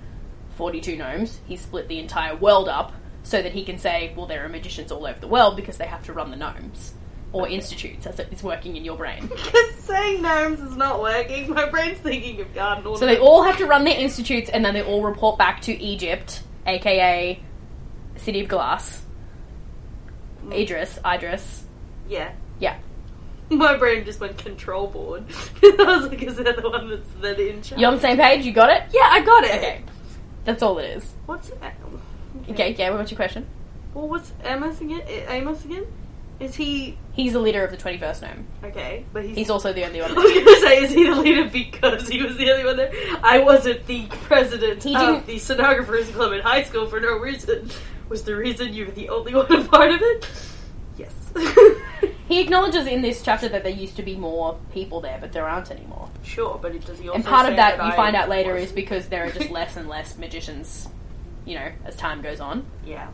42 gnomes, he split the entire world up so that he can say, well, there are magicians all over the world because they have to run the gnomes. Or institutes, as it's working in your brain. Because saying gnomes is not working. My brain's thinking of garden So ornament. they all have to run their institutes and then they all report back to Egypt, aka City of Glass. Idris, Idris. Mm, yeah. Yeah. My brain just went control board. I was like, is that the one that's that in charge? You on the same page? You got it? Yeah, I got it. Okay. That's all it is. What's A- Okay, yeah, what's your question? well? What's Amos again? A- Amos again? Is he He's the leader of the 21st gnome. okay? But he's. He's also the only I one. was gonna say, is he the leader because he was the only one there? I wasn't the president He of didn't- the sonographers club in high school for no reason. Was the reason you were the only one a part of it? Yes. He acknowledges in this chapter that there used to be more people there, but there aren't anymore. sure, but it does he also And part say of that, you I find out later was- is because there are just less and less magicians, you know, as time goes on. yeah.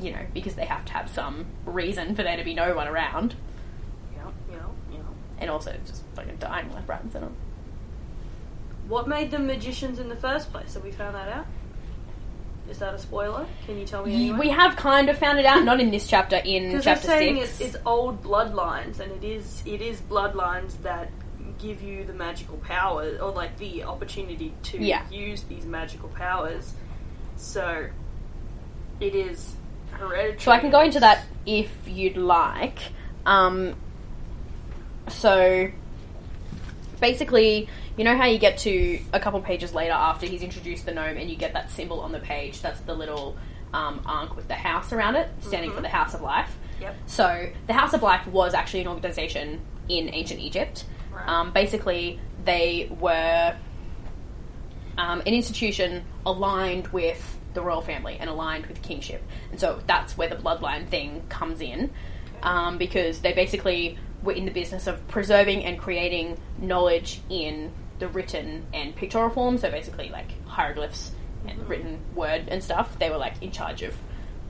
You know, because they have to have some reason for there to be no one around. Yeah, yeah, yeah. and also just fucking dying left, right, and centre. What made them magicians in the first place? Have we found that out? Is that a spoiler? Can Oh, you tell me? Anyway? We have kind of found it out, not in this chapter, in Because they're chapter saying six. it's, it's old bloodlines, and it is it is bloodlines that give you the magical powers, or like the opportunity to Yeah. use these magical powers. So it is. hereditary. So I can go into that if you'd like. Um, so basically, you know how you get to a couple pages later after he's introduced the gnome and you get that symbol on the page? That's the little um, arc with the house around it, standing for the House of Life. Yep. So the House of Life was actually an organization in ancient Egypt. Right. Um, basically, they were um, an institution aligned with the royal family and aligned with kingship, and so that's where the bloodline thing comes in, um, because they basically were in the business of preserving and creating knowledge in the written and pictorial form. So basically, like hieroglyphs and written word and stuff. They were like in charge of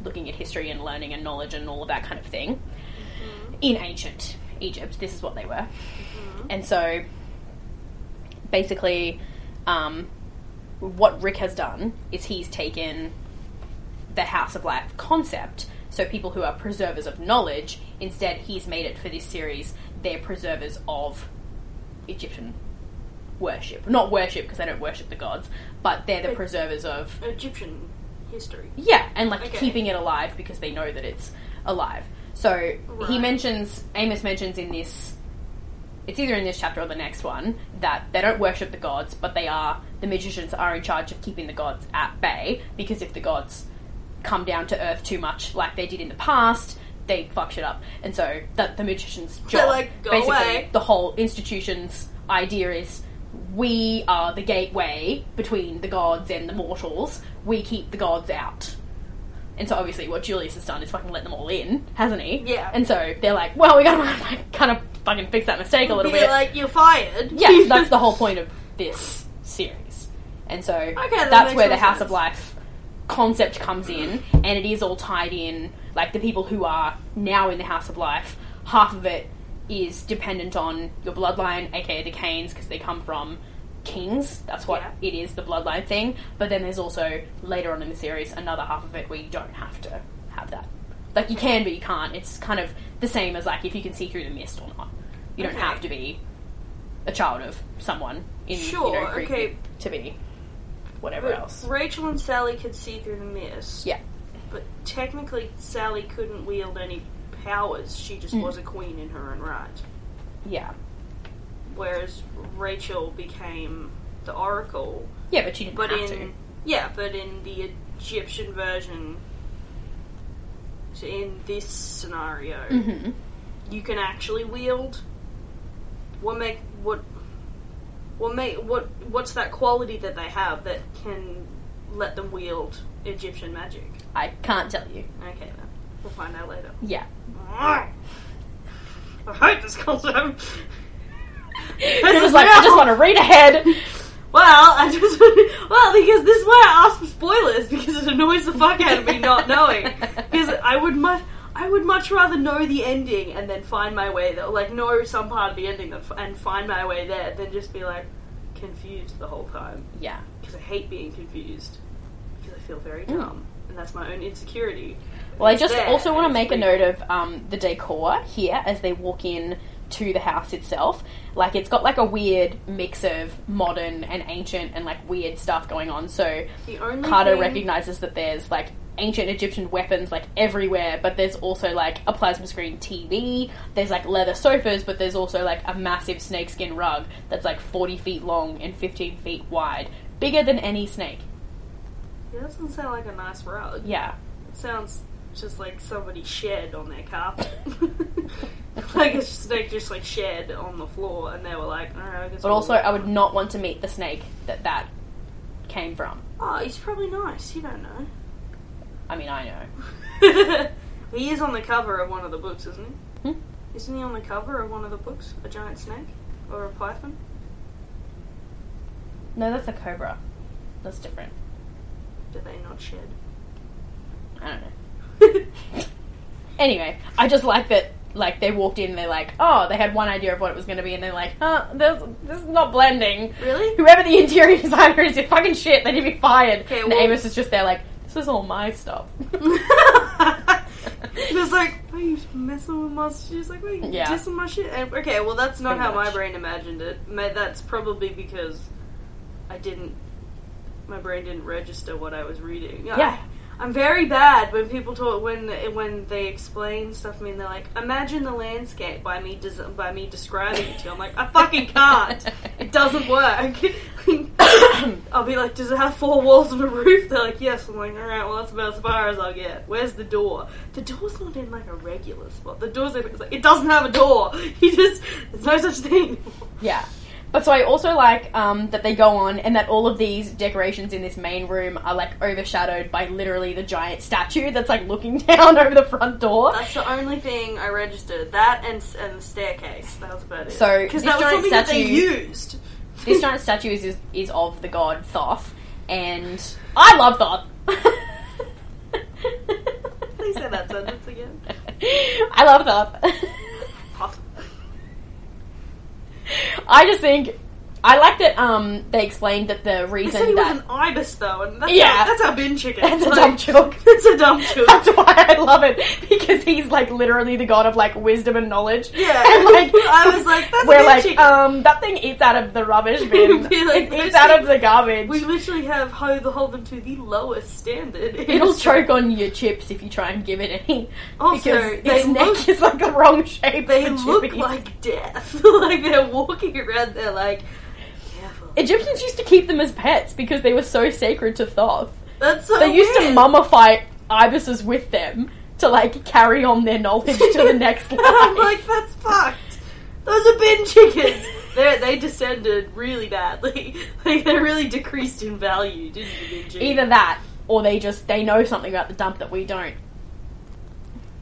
looking at history and learning and knowledge and all of that kind of thing in ancient Egypt. This is what they were. And so basically, um, what Rick has done is he's taken the House of Life concept. So people who are preservers of knowledge, instead, he's made it for this series. They're preservers of Egyptian worship, not worship because they don't worship the gods, but they're the But- preservers of Egyptian history. yeah, and like Okay. keeping it alive because they know that it's alive. So he Right. mentions Amos mentions in this it's either in this chapter or the next one that they don't worship the gods, but they are the magicians are in charge of keeping the gods at bay because if the gods come down to earth too much like they did in the past, they fuck shit up. And so that the magicians job like, "Go basically away." the whole institution's idea is we are the gateway between the gods and the mortals. We keep the gods out. And so obviously what Julius has done is fucking let them all in, hasn't he? Yeah. And so they're like, well, we gotta kind of fucking fix that mistake a little Be bit. like you're fired. yes, that's the whole point of this series. And so that that's makes where the more House of sense. Life concept comes in, and it is all tied in. Like the people who are now in the House of Life, half of it is dependent on your bloodline, aka the Canes, because they come from kings. That's what Yeah. it is, the bloodline thing. But then there's also later on in the series another half of it where you don't have to have that. Like you can, but you can't. It's kind of the same as like if you can see through the mist or not. You don't Okay. have to be a child of someone in you know, Sure, Greek okay. to be whatever But else. Rachel and Sally could see through the mist. Yeah. But technically, Sally couldn't wield any powers. She Mm. just was a queen in her own right. Yeah. Whereas Rachel became the oracle. Yeah, but she didn't But have in to. yeah, but in the Egyptian version, so in this scenario, Mhm. you can actually wield. What make what? What make what? What's that quality that they have that can let them wield Egyptian magic? I can't tell you. Okay, then we'll find out later. Yeah. I hate this concept. this is like I just want to read ahead. Well, I just well because this is why I asked for spoilers because it annoys the fuck out of me not knowing. Because I would much I would much rather know the ending and then find my way there, like know some part of the ending that- and find my way there, than just be like confused the whole time. Yeah. Because I hate being confused because I feel very dumb, and that's my own insecurity. Well, I It's just there, also and want to make it's a weird. note of um, the decor here as they walk in to the house itself. Like it's got like a weird mix of modern and ancient and like weird stuff going on. So The only Carter thing- recognizes that there's like ancient Egyptian weapons like everywhere, but there's also like a plasma screen TV. There's like leather sofas, but there's also like a massive snakeskin rug that's like 40 feet long and 15 feet wide, bigger than any snake. Yeah, that doesn't sound like a nice rug. Yeah, Sounds just like somebody shed on their carpet. like a snake just like shed on the floor, and they were like, "All right, I guess." but we'll- also uh, I would not want to meet the snake that that came from. oh, he's probably nice. You don't know. I mean, I know. Well, he is on the cover of one of the books, isn't he? Hmm? Isn't he on the cover of one of the books? A giant snake or a python? No, that's a cobra. That's different. Do they not shed? I don't know. Anyway, I just like that. Like they walked in, and they're like, oh, they had one idea of what it was going to be, and they're like, huh, this, this is not blending. really? Whoever the interior designer is, you're fucking shit. They need to be fired. Okay, and well- Amos is just there, like, this is all my stuff. Just like, are you messing with my shit? She's like, wait, you Yeah. dissing my shit? And- okay, well, that's not Pretty how my much. brain imagined it. Ma- That's probably because I didn't, my brain didn't register what I was reading. I- Yeah. I, I'm very bad when people talk when when they explain stuff to me and they're like, "Imagine the landscape" by me des- by me describing it to you. I'm like, I fucking can't. It doesn't work. I'll be like, "Does it have four walls and a roof?" They're like, "Yes." I'm like, "All right, well, that's about as far as I'll get." Where's the door? The door's not in like a regular spot. The door's in. It's like, it doesn't have a door. You just there's no such thing. Yeah. But so I also like um, that they go on and that all of these decorations in this main room are like overshadowed by literally the giant statue that's like looking down over the front door. That's the only thing I registered. That and and the staircase. That was about it. So, because this that was giant something that they statue- used. this giant statue is, is is of the god Thoth, and I love Thoth. Please say that sentence again. I love Thoth. Puff. I just think I like that um they explained that the They reason said he was that an ibis though, and that's Yeah. a, that's a bin chicken. that's a Like, dumb joke. That's a dumb joke. That's why I love it because he's like literally the god of like wisdom and knowledge. Yeah. and like I was like, that's a we're bin like chicken. um that thing eats out of the rubbish bin. Be like, it eats out of the garbage. we literally have ho the hold them to the lowest standard. It'll choke on your chips if you try and give it any. Also, because they its neck look- is like the wrong shape. They for look chippies. like death. like they're walking around. They're like, careful. Egyptians used to keep them as pets because they were so sacred to Thoth. That's so. They used to weird. mummify ibises with them to like carry on their knowledge to the next And life. I'm like, that's fucked. Those are bin chickens. they they descended really badly. Like they really decreased in value, didn't the bin chickens? Either that, or they just they know something about the dump that we don't.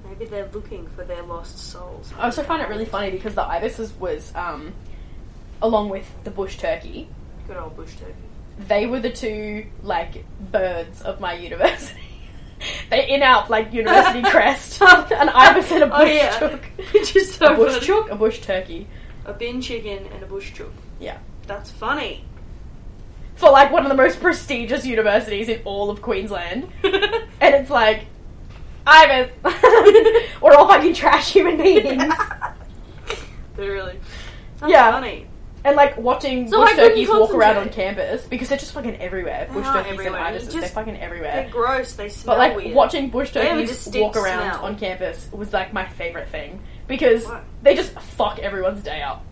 Maybe they're looking for their lost souls. I also find it really funny because the ibises was, um, along with the bush turkey, Good old bush turkey. they were the two like birds of my university. they in out like university crest, an ibis and a bush Oh, yeah. chook. Just so A bush funny. chook, a bush turkey. A bin chicken and a bush chook. Yeah. That's funny. For like one of the most prestigious universities in all of Queensland. And it's like, Ibis, we're all fucking trash human beings. Literally. That's Yeah. funny. And like watching So I bush couldn't turkeys walk around on concentrate. campus because they're just fucking everywhere. They Bush are turkeys everywhere. and ibises, Just- they're fucking They're everywhere. gross. They smell But like weird. watching bush They have a turkeys distinct walk around smell. on campus was like my favorite thing because What? they just fuck everyone's day up.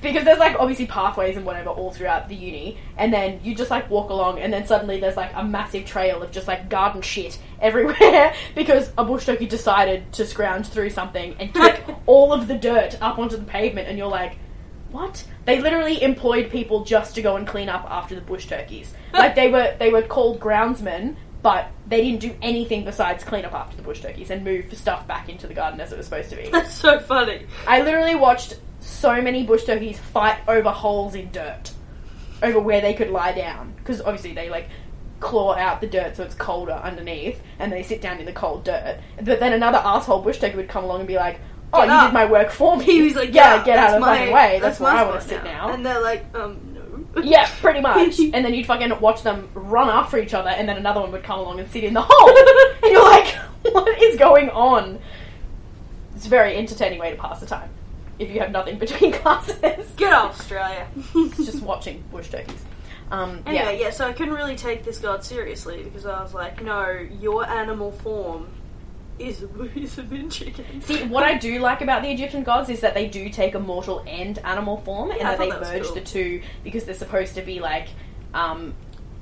Because there's like obviously pathways and whatever all throughout the uni, and then you just like walk along, and then suddenly there's like a massive trail of just like garden shit everywhere because a bush turkey decided to scrounge through something and kick all of the dirt up onto the pavement, and you're like, what? They literally employed people just to go and clean up after the bush turkeys. Like they were they were called groundsmen, but they didn't do anything besides clean up after the bush turkeys and move stuff back into the garden as it was supposed to be. That's so funny. I literally watched so many bush turkeys fight over holes in dirt, over where they could lie down, because obviously they like claw out the dirt so it's colder underneath, and they sit down in the cold dirt. But then another asshole bush turkey would come along and be like, "Oh, Get you up." did my work for me." He was like, "Yeah, yeah get out that's of the my, fucking way. That's, where my I want to sit spot now." And they're like, um, no. yeah, pretty much. And then you'd fucking watch them run after each other, and then another one would come along and sit in the hole, and you're like, "What is going on?" It's a very entertaining way to pass the time if you have nothing between classes. Get off, Australia. It's just watching bush turkeys. Um, yeah. Anyway, yeah. so I couldn't really take this god seriously because I was like, no, your animal form is a, is a bin chicken. See, what I do like about the Egyptian gods is that they do take a mortal and animal form, and Yeah, I that thought they that was merge cool. the two because they're supposed to be like um,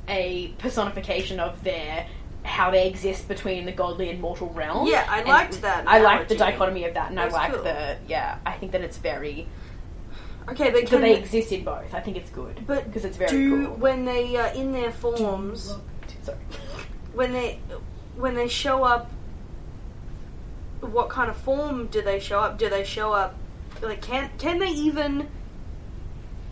a personification of their how they exist between the godly and mortal realm. Yeah, I And liked that I like the analogy. dichotomy of that, and That's I like cool. the yeah. I think that it's very Okay, but that can they exist in both. I think it's good but because it's very do cool. when they are in their forms Sorry. when they when they show up. What kind of form do they show up? Do they show up like can can they even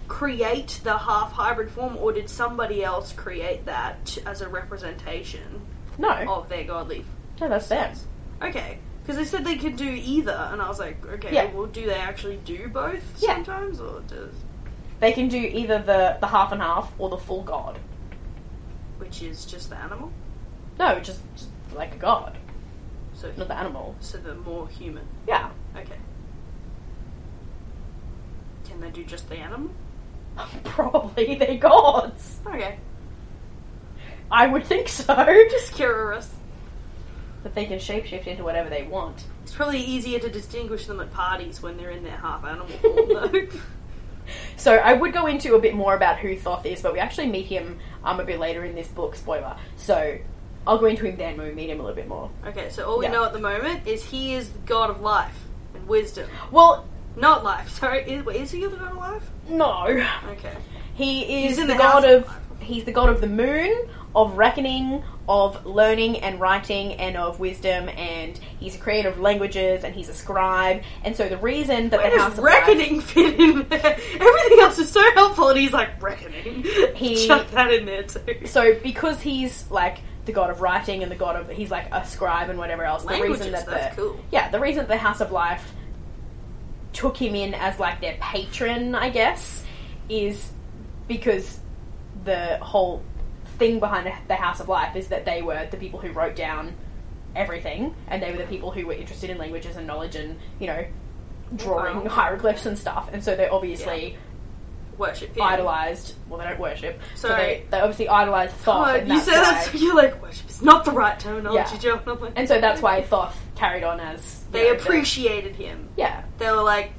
create the half hybrid form, or did somebody else create that as a representation No, of their godly no, that's them. Okay. Because they said they could do either, and I was like, okay, Yeah. well, do they actually do both Yeah. sometimes, or does They can do either the the half and half or the full god. which is just the animal? No, just, just like a god, So not the animal. so the more human. Yeah. Okay. Can they do just the animal? Probably they're gods. Okay. I would think so. Just curious. But they can shapeshift into whatever they want. It's probably easier to distinguish them at parties when they're in their half animal form, though. So I would go into a bit more about who Thoth is, but we actually meet him um, a bit later in this book, spoiler. So I'll go into him then when we meet him a little bit more. okay, so all we Yeah. know at the moment is he is the god of life and wisdom. Well, Not life, sorry. Is, wait, is he the god of life? no. Okay. He is He's in the, the god house. of he's the god of the moon, of reckoning, of learning and writing, and of wisdom. And he's a creator of languages, and he's a scribe. And so the reason that Where the house does of Life- reckoning fit in there? Everything else is so helpful, and he's like, reckoning. He- Chuck that in there, too. so because he's like the god of writing and the god of he's like a scribe and whatever else. the reason Languages, that that's the, cool. yeah, the reason that the House of Life took him in as like their patron, I guess, is because the whole thing behind the House of Life is that they were the people who wrote down everything, and they were the people who were interested in languages and knowledge and you know drawing Wow. hieroglyphs and stuff, and so they obviously Worship him. idolized. Well, they don't worship, so Sorry. they, they obviously idolized Thoth. God, and you Oh, that's say that, why- so you're like, worship is not the right terminology, Yeah. Joe. And I'm like, and so that's why Thoth carried on as you they know, the- appreciated him. yeah, They were like,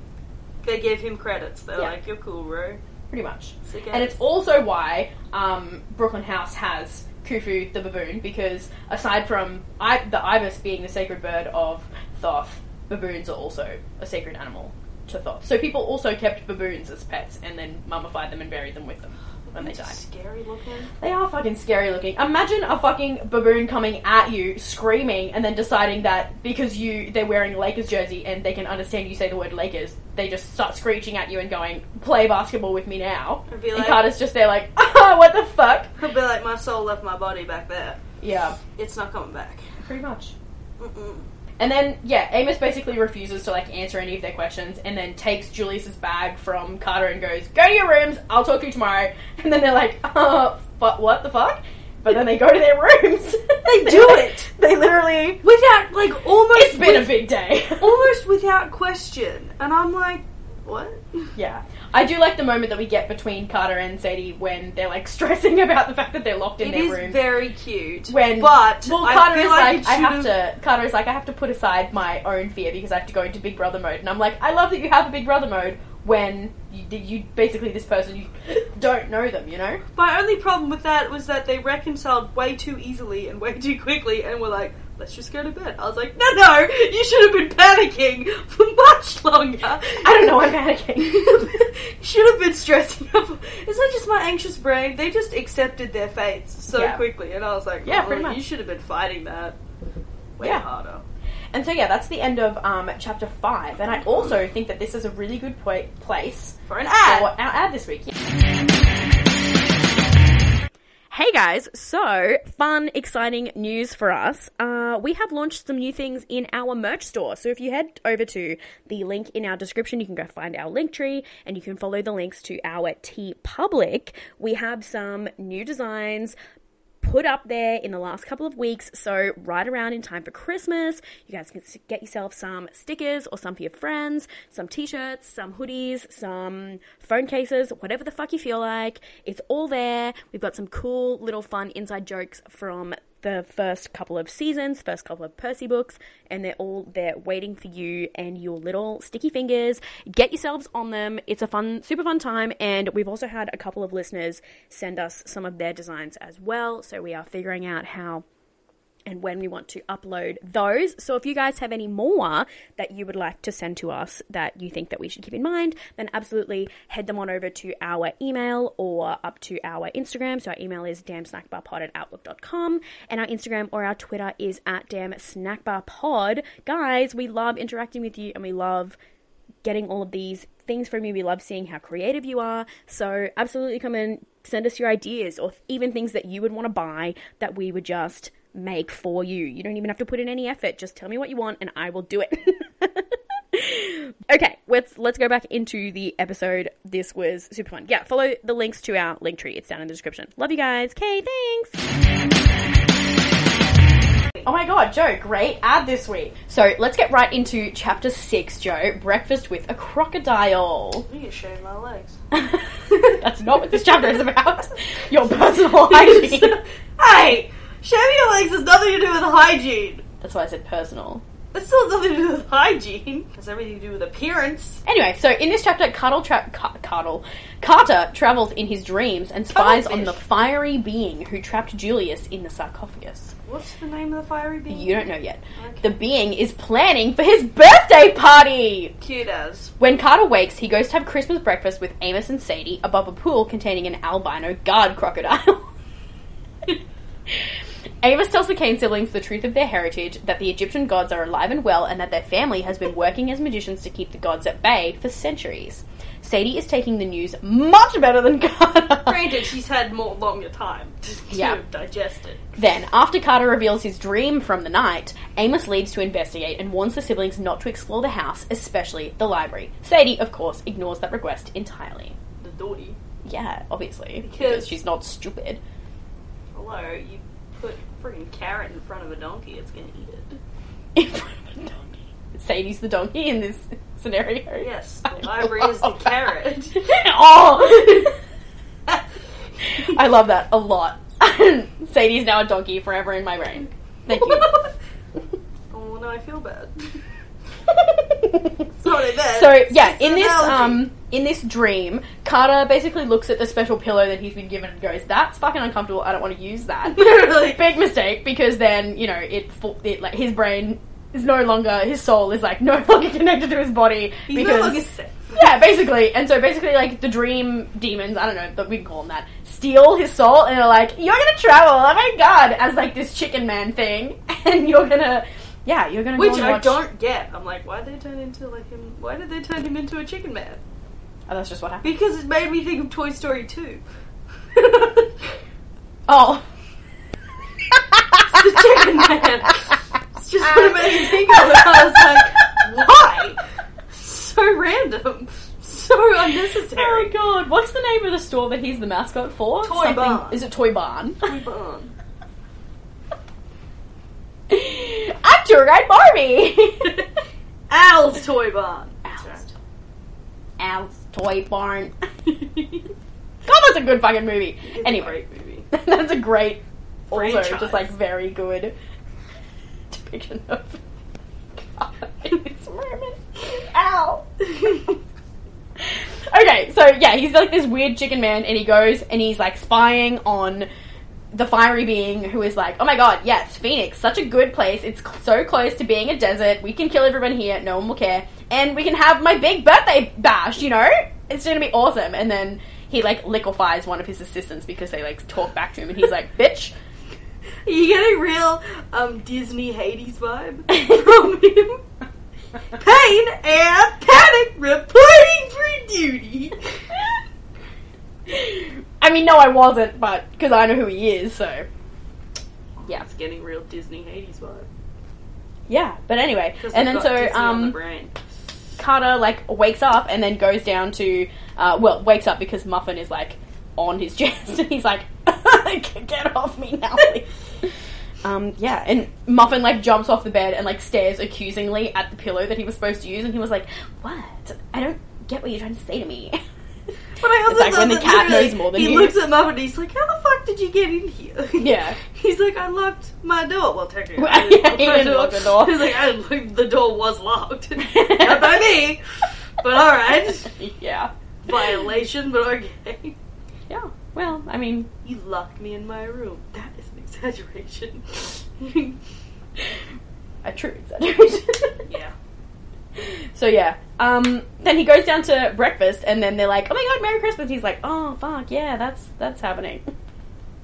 they gave him credits. They were Yeah. like, you're cool, bro. pretty much. So And it's also why um, Brooklyn House has Khufu the baboon, because aside from I- the ibis being the sacred bird of Thoth, baboons are also a sacred animal to Thoth. So people also kept baboons as pets and then mummified them and buried them with them when they It's died. Scary looking. They are fucking scary looking. Imagine a fucking baboon coming at you, screaming, and then deciding that because you they're wearing a Lakers jersey and they can understand you say the word Lakers, they just start screeching at you and going, "Play basketball with me now." I'd be And like, Carter's just there like, ah, what the fuck? I'd be like, my soul left my body back there. Yeah, It's not coming back. pretty much. Mm-mm. And then, yeah, Amos basically refuses to, like, answer any of their questions and then takes Julius's bag from Carter and goes, go to your rooms, I'll talk to you tomorrow. And then they're like, uh, fu- what the fuck? But then they go to their rooms. they do it. They literally... Without, like, almost. It's been a with- big day. Almost without question. And I'm like, what? yeah. I do like the moment that we get between Carter and Sadie when they're, like, stressing about the fact that they're locked in It their is rooms. very cute. when but well, I Carter feel is like like, it I have should've- to Carter is like I have to put aside my own fear because I have to go into Big Brother mode, and I'm like I love that you have a Big Brother mode when you, you basically this person you don't know them, you know? My only problem with that was that they reconciled way too easily and way too quickly and were like, let's just go to bed. I was like, no, no, you should have been panicking for much longer. I don't know, I'm panicking. should have been stressing up. Is that just my anxious brain? They just accepted their fates so Yeah. quickly, and I was like, Yeah, "Oh, pretty much. You should have been fighting that way Yeah. harder." And so yeah, that's the end of um, chapter five, and I also think that this is a really good po- place For an for ad, our ad this week. Hey guys, so fun, exciting news for us. Uh, we have launched some new things in our merch store. So if you head over to the link in our description, you can go find our link tree and you can follow the links to our T Public. We have some new designs put up there in the last couple of weeks. So, right around in time for Christmas, you guys can s- get yourself some stickers or some for your friends, some t shirts, some hoodies, some phone cases, whatever the fuck you feel like. It's all there. We've got some cool little fun inside jokes from the first couple of seasons, first couple of Percy books, and they're all there waiting for you and your little sticky fingers. Get yourselves on them. It's a fun, super fun time, and we've also had a couple of listeners send us some of their designs as well. So we are figuring out how and when we want to upload those. So if you guys have any more that you would like to send to us that you think that we should keep in mind, then absolutely head them on over to our email or up to our Instagram. So our email is damnsnackbarpod at outlook.com and our Instagram or our Twitter is at damnsnackbarpod. Guys, we love interacting with you and we love getting all of these things from you. We love seeing how creative you are. So absolutely come and send us your ideas or even things that you would want to buy that we would just make for you. You don't even have to put in any effort. Just tell me what you want and I will do it. okay, let's let's go back into the episode. This was super fun. Yeah, follow the links to our link tree. It's down in the description. Love you guys. Okay, thanks. Oh my god, Joe, great ad this week. So let's get right into chapter six, Joe. Breakfast with a crocodile. I'm gonna shave my legs. That's not what this chapter is about. Your personal hygiene. I Shaving your legs has nothing to do with hygiene. That's why I said personal. That still has nothing to do with hygiene. It has everything to do with appearance. Anyway, so in this chapter, Cartel tra- Car- Cartel Carter travels in his dreams and spies on Cuttlefish. the fiery being who trapped Julius in the sarcophagus. What's the name of the fiery being? You don't know yet. Okay. The being is planning for his birthday party. Cute as. When Carter wakes, he goes to have Christmas breakfast with Amos and Sadie above a pool containing an albino guard crocodile. Amos tells the Kane siblings the truth of their heritage, that the Egyptian gods are alive and well, and that their family has been working as magicians to keep the gods at bay for centuries. Sadie is taking the news much better than Carter. Granted, she's had more longer time to, to Yeah. digest it. Then, after Carter reveals his dream from the night, Amos leads to investigate and warns the siblings not to explore the house, especially the library. Sadie, of course, ignores that request entirely. The naughty. Yeah, obviously. Because, Because- she's not stupid. Hello, you put freaking carrot in front of a donkey, it's gonna eat it. Sadie's the donkey in this scenario. Yes, the library is the carrot. oh! I love that a lot. Sadie's now a donkey forever in my brain. Thank oh, no, I feel bad. you. Sorry, there. So yeah, It's in an this analogy. um in this dream, Carter basically looks at the special pillow that he's been given and goes, "That's fucking uncomfortable. I don't want to use that." Literally. Big mistake because then you know it, fo- it like his brain is no longer his soul is like no longer connected to his body He's because no longer sick. yeah basically and so basically like the dream demons I don't know that we can call them that steal his soul and are like you're gonna travel oh my god as like this chicken man thing and you're gonna yeah you're gonna go Which and I watch- don't get. I'm like, why did they turn into like him? Why did they turn him into a chicken man? oh that's just what happened Because it made me think of Toy Story 2. oh. the chicken man. It's just what it made me think of. And I was like, why? So random. So Oh my unnecessary. god! What's the name of the store that he's the mascot for? Toy Barn. Is it Toy Barn? Barn. I'm tour guide Barbie. Al's Toy Barn. Al's. That's right. Al's Toy Barn. God, that's a good fucking movie. It's a anyway, great movie. that's a great, also Franchise. just like very good depiction of God in this moment. Al. okay, so yeah, he's like this weird chicken man, and he goes and he's like spying on the fiery being who is like, oh my god, yes, Phoenix, such a good place. It's cl- so close to being a desert. We can kill everyone here. No one will care, and we can have my big birthday bash. You know, it's gonna be awesome. And then he like liquefies one of his assistants because they like talk back to him, and he's like, bitch. Are you getting real um, Disney Hades vibe from him? Pain and panic reporting for duty. I mean, no, I wasn't, but because I know who he is, so yeah, It's getting real Disney Hades vibe. yeah. But anyway, 'Cause and we've then so got Disney on the um, brain. Carter like wakes up and then goes down to uh, well wakes up because Muffin is like on his chest and he's like get off me now please. um yeah and Muffin like jumps off the bed and like stares accusingly at the pillow that he was supposed to use and he was like what I don't get what you're trying to say to me But I also It's like love when the that cat literally knows more than he you. looks at mum and he's like, "How the fuck did you get in here?" Yeah. He's like, "I locked my door." Well, technically, Well, I didn't yeah, he my didn't lock the door. He's like, "I looked, the door was locked, not by me." But all right, yeah violation. But okay, yeah well I mean you locked me in my room. That is an exaggeration. a true exaggeration yeah. So yeah. Um, then he goes down to breakfast, and then they're like, "Oh my god, Merry Christmas!" He's like, "Oh fuck, yeah, that's that's happening."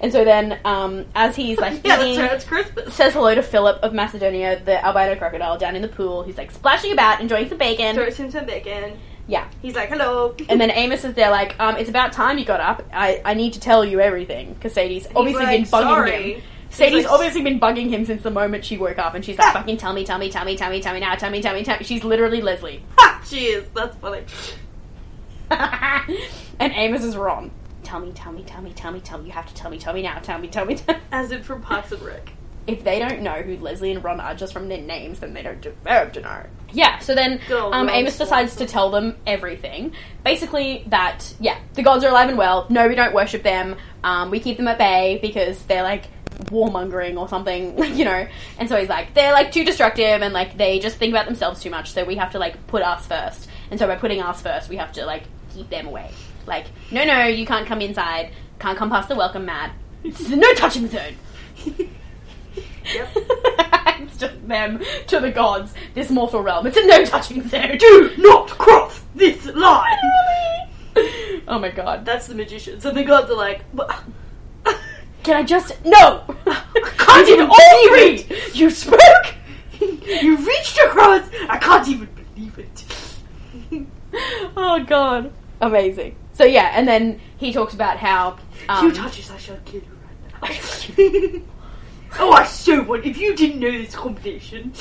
and so then, um, as he's like yeah, eating, that's right. It's Christmas. says hello to Philip of Macedonia, the albino crocodile, down in the pool. He's like splashing about, enjoying some bacon. Throws him some bacon. Yeah. He's like, "Hello." And then Amos is there, like, um, "It's about time you got up. I, I need to tell you everything." Because Sadie's obviously like, been bugging "Sorry." him. Sadie's like- Ah. obviously been bugging him since the moment she woke up, and she's like, "Fucking tell me, tell me, tell me, tell me, tell me now, tell me, tell me, tell me." She's literally Leslie. Ha! She is. That's funny. and Amos is Ron. Tell me, tell me, tell me, tell me, tell me. You have to tell me, tell me now. Tell me, tell me, tell me. As in from Parks and Rec. If they don't know who Leslie and Ron are just from their names, then they don't deserve to know. Yeah, so then Good old um, Ron Amos decides to Swanson. tell them everything. Basically, that, yeah, the gods are alive and well. No, we don't worship them. Um, we keep them at bay because they're like warmongering or something, like, you know. And so he's like, they're like too destructive and like they just think about themselves too much, so we have to like put us first. And so by putting us first, we have to like keep them away. Like, no, no, you can't come inside, can't come past the welcome mat. No touching zone. Yep. it's just them to the gods, this mortal realm. It's a no touching zone. Do not cross this line. oh my god. That's the magicians. And the gods are like, "Wha- Can I just no? can't You did even all believe three. You spoke. you reached across! I can't even believe it. oh god, amazing. So yeah, and then he talks about how um, you touch us, I shall kill you right now. oh, I so want. If you didn't know this combination,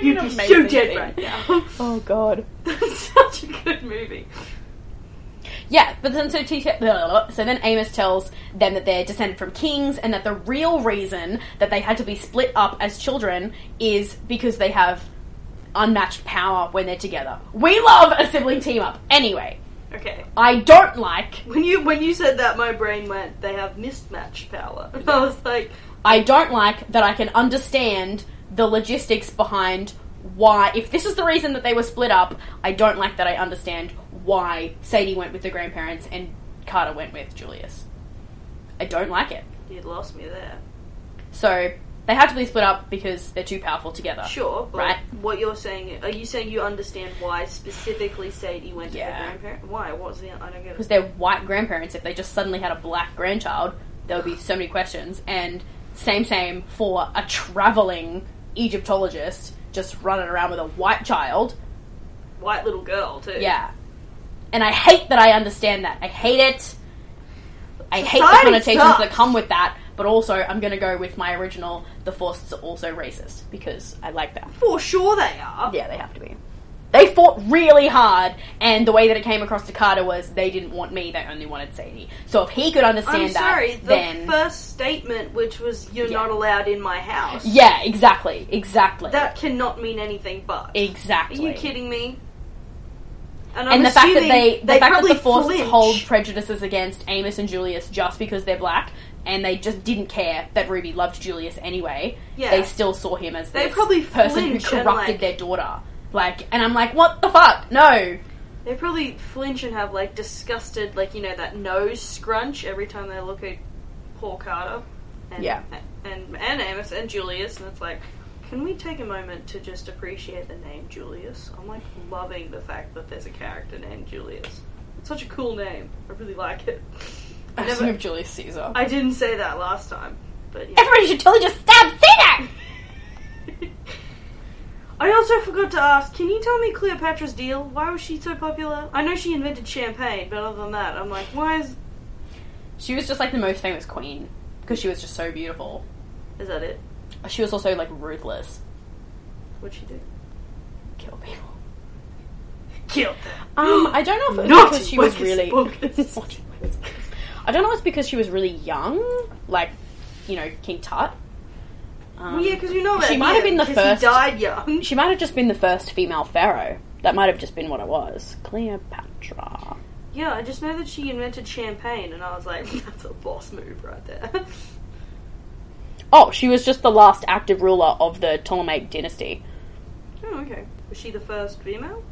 you'd be so amazing dead thing. right now. Oh god. That's such a good movie. Yeah, but then so t- so then Amos tells them that they're descended from kings and that the real reason that they had to be split up as children is because they have unmatched power when they're together. We love a sibling team up. Anyway, Okay. I don't like When you when you said that, my brain went. They have mismatched power. And I was like, I don't like that I can understand the logistics behind why, if this is the reason that they were split up, I don't like that I understand why Sadie went with the grandparents and Carter went with Julius. I don't like it. you lost me there. So they have to be split up because they're too powerful together. Sure, but Right. what you're saying? Are you saying you understand why specifically Sadie went Yeah. to the grandparent? Why? What was the? I don't get Because it. they're white grandparents, if they just suddenly had a black grandchild, there would be so many questions. And same, same for a traveling Egyptologist just running around with a white child. White little girl too. Yeah. And I hate that I understand that. I hate it. I hate Society the connotations sucks. that come with that, but also I'm going to go with my original the Forces are also racist because I like that. For sure they are. Yeah, they have to be. They fought really hard, and the way that it came across to Carter was they didn't want me, they only wanted Sadie. So if he could understand I'm sorry. that, The then. first statement, which was "You're Yeah. not allowed in my house," yeah, exactly, exactly. that cannot mean anything but. Are exactly. you kidding me? I'm and the fact that assuming they, the fact that probably the force flinch. hold prejudices against Amos and Julius just because they're black, and they just didn't care that Ruby loved Julius anyway. Yeah. They still saw him as They this probably person who flinch and, corrupted like- their daughter. Like, and I'm like, what the fuck? No, They probably flinch and have like disgusted, like you know that nose scrunch every time they look at poor Carter. And, Yeah. And and Amos and Julius, and it's like, can we take a moment to just appreciate the name Julius? I'm like loving the fact that there's a character named Julius. It's such a cool name. I really like it. I I never- assume Julius Caesar. I didn't say that last time, but yeah. Everybody should totally just stab Caesar. I also forgot to ask, can you tell me Cleopatra's deal? Why was she so popular? I know she invented champagne, but other than that, I'm like, why is She was just like the most famous queen because she was just so beautiful. is that it? She was also like ruthless, What'd she do? kill people. Killed them. Um, I don't know if it was Not because she was Wocus really. Pocus. Not Wocus Pocus. I don't know if it's because she was really young, like you know King Tut. Um, well, yeah, because you know that she might have been the first- He died young. she might have just been the first female pharaoh. That might have just been what it was, Cleopatra. Yeah, I just know that she invented champagne, and I was like, that's a boss move right there. Oh, she was just the last active ruler of the Ptolemaic dynasty. oh, okay. Was she the first female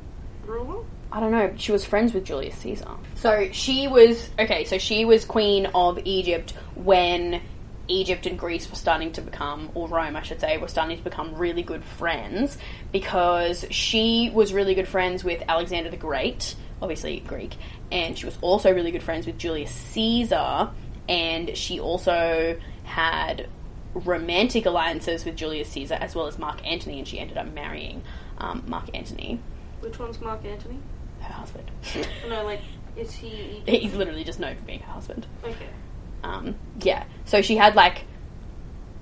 ruler? I don't know. She was friends with Julius Caesar. So she was okay. So she was queen of Egypt when Egypt and Greece were starting to become, or Rome, I should say, were starting to become really good friends because she was really good friends with Alexander the Great, obviously Greek, and she was also really good friends with Julius Caesar, and she also had romantic alliances with Julius Caesar as well as Mark Antony, and she ended up marrying um, Mark Antony, Which one's Mark Antony? her husband. No, like, is he? he's literally just known for being her husband. Okay. Um, yeah. So she had like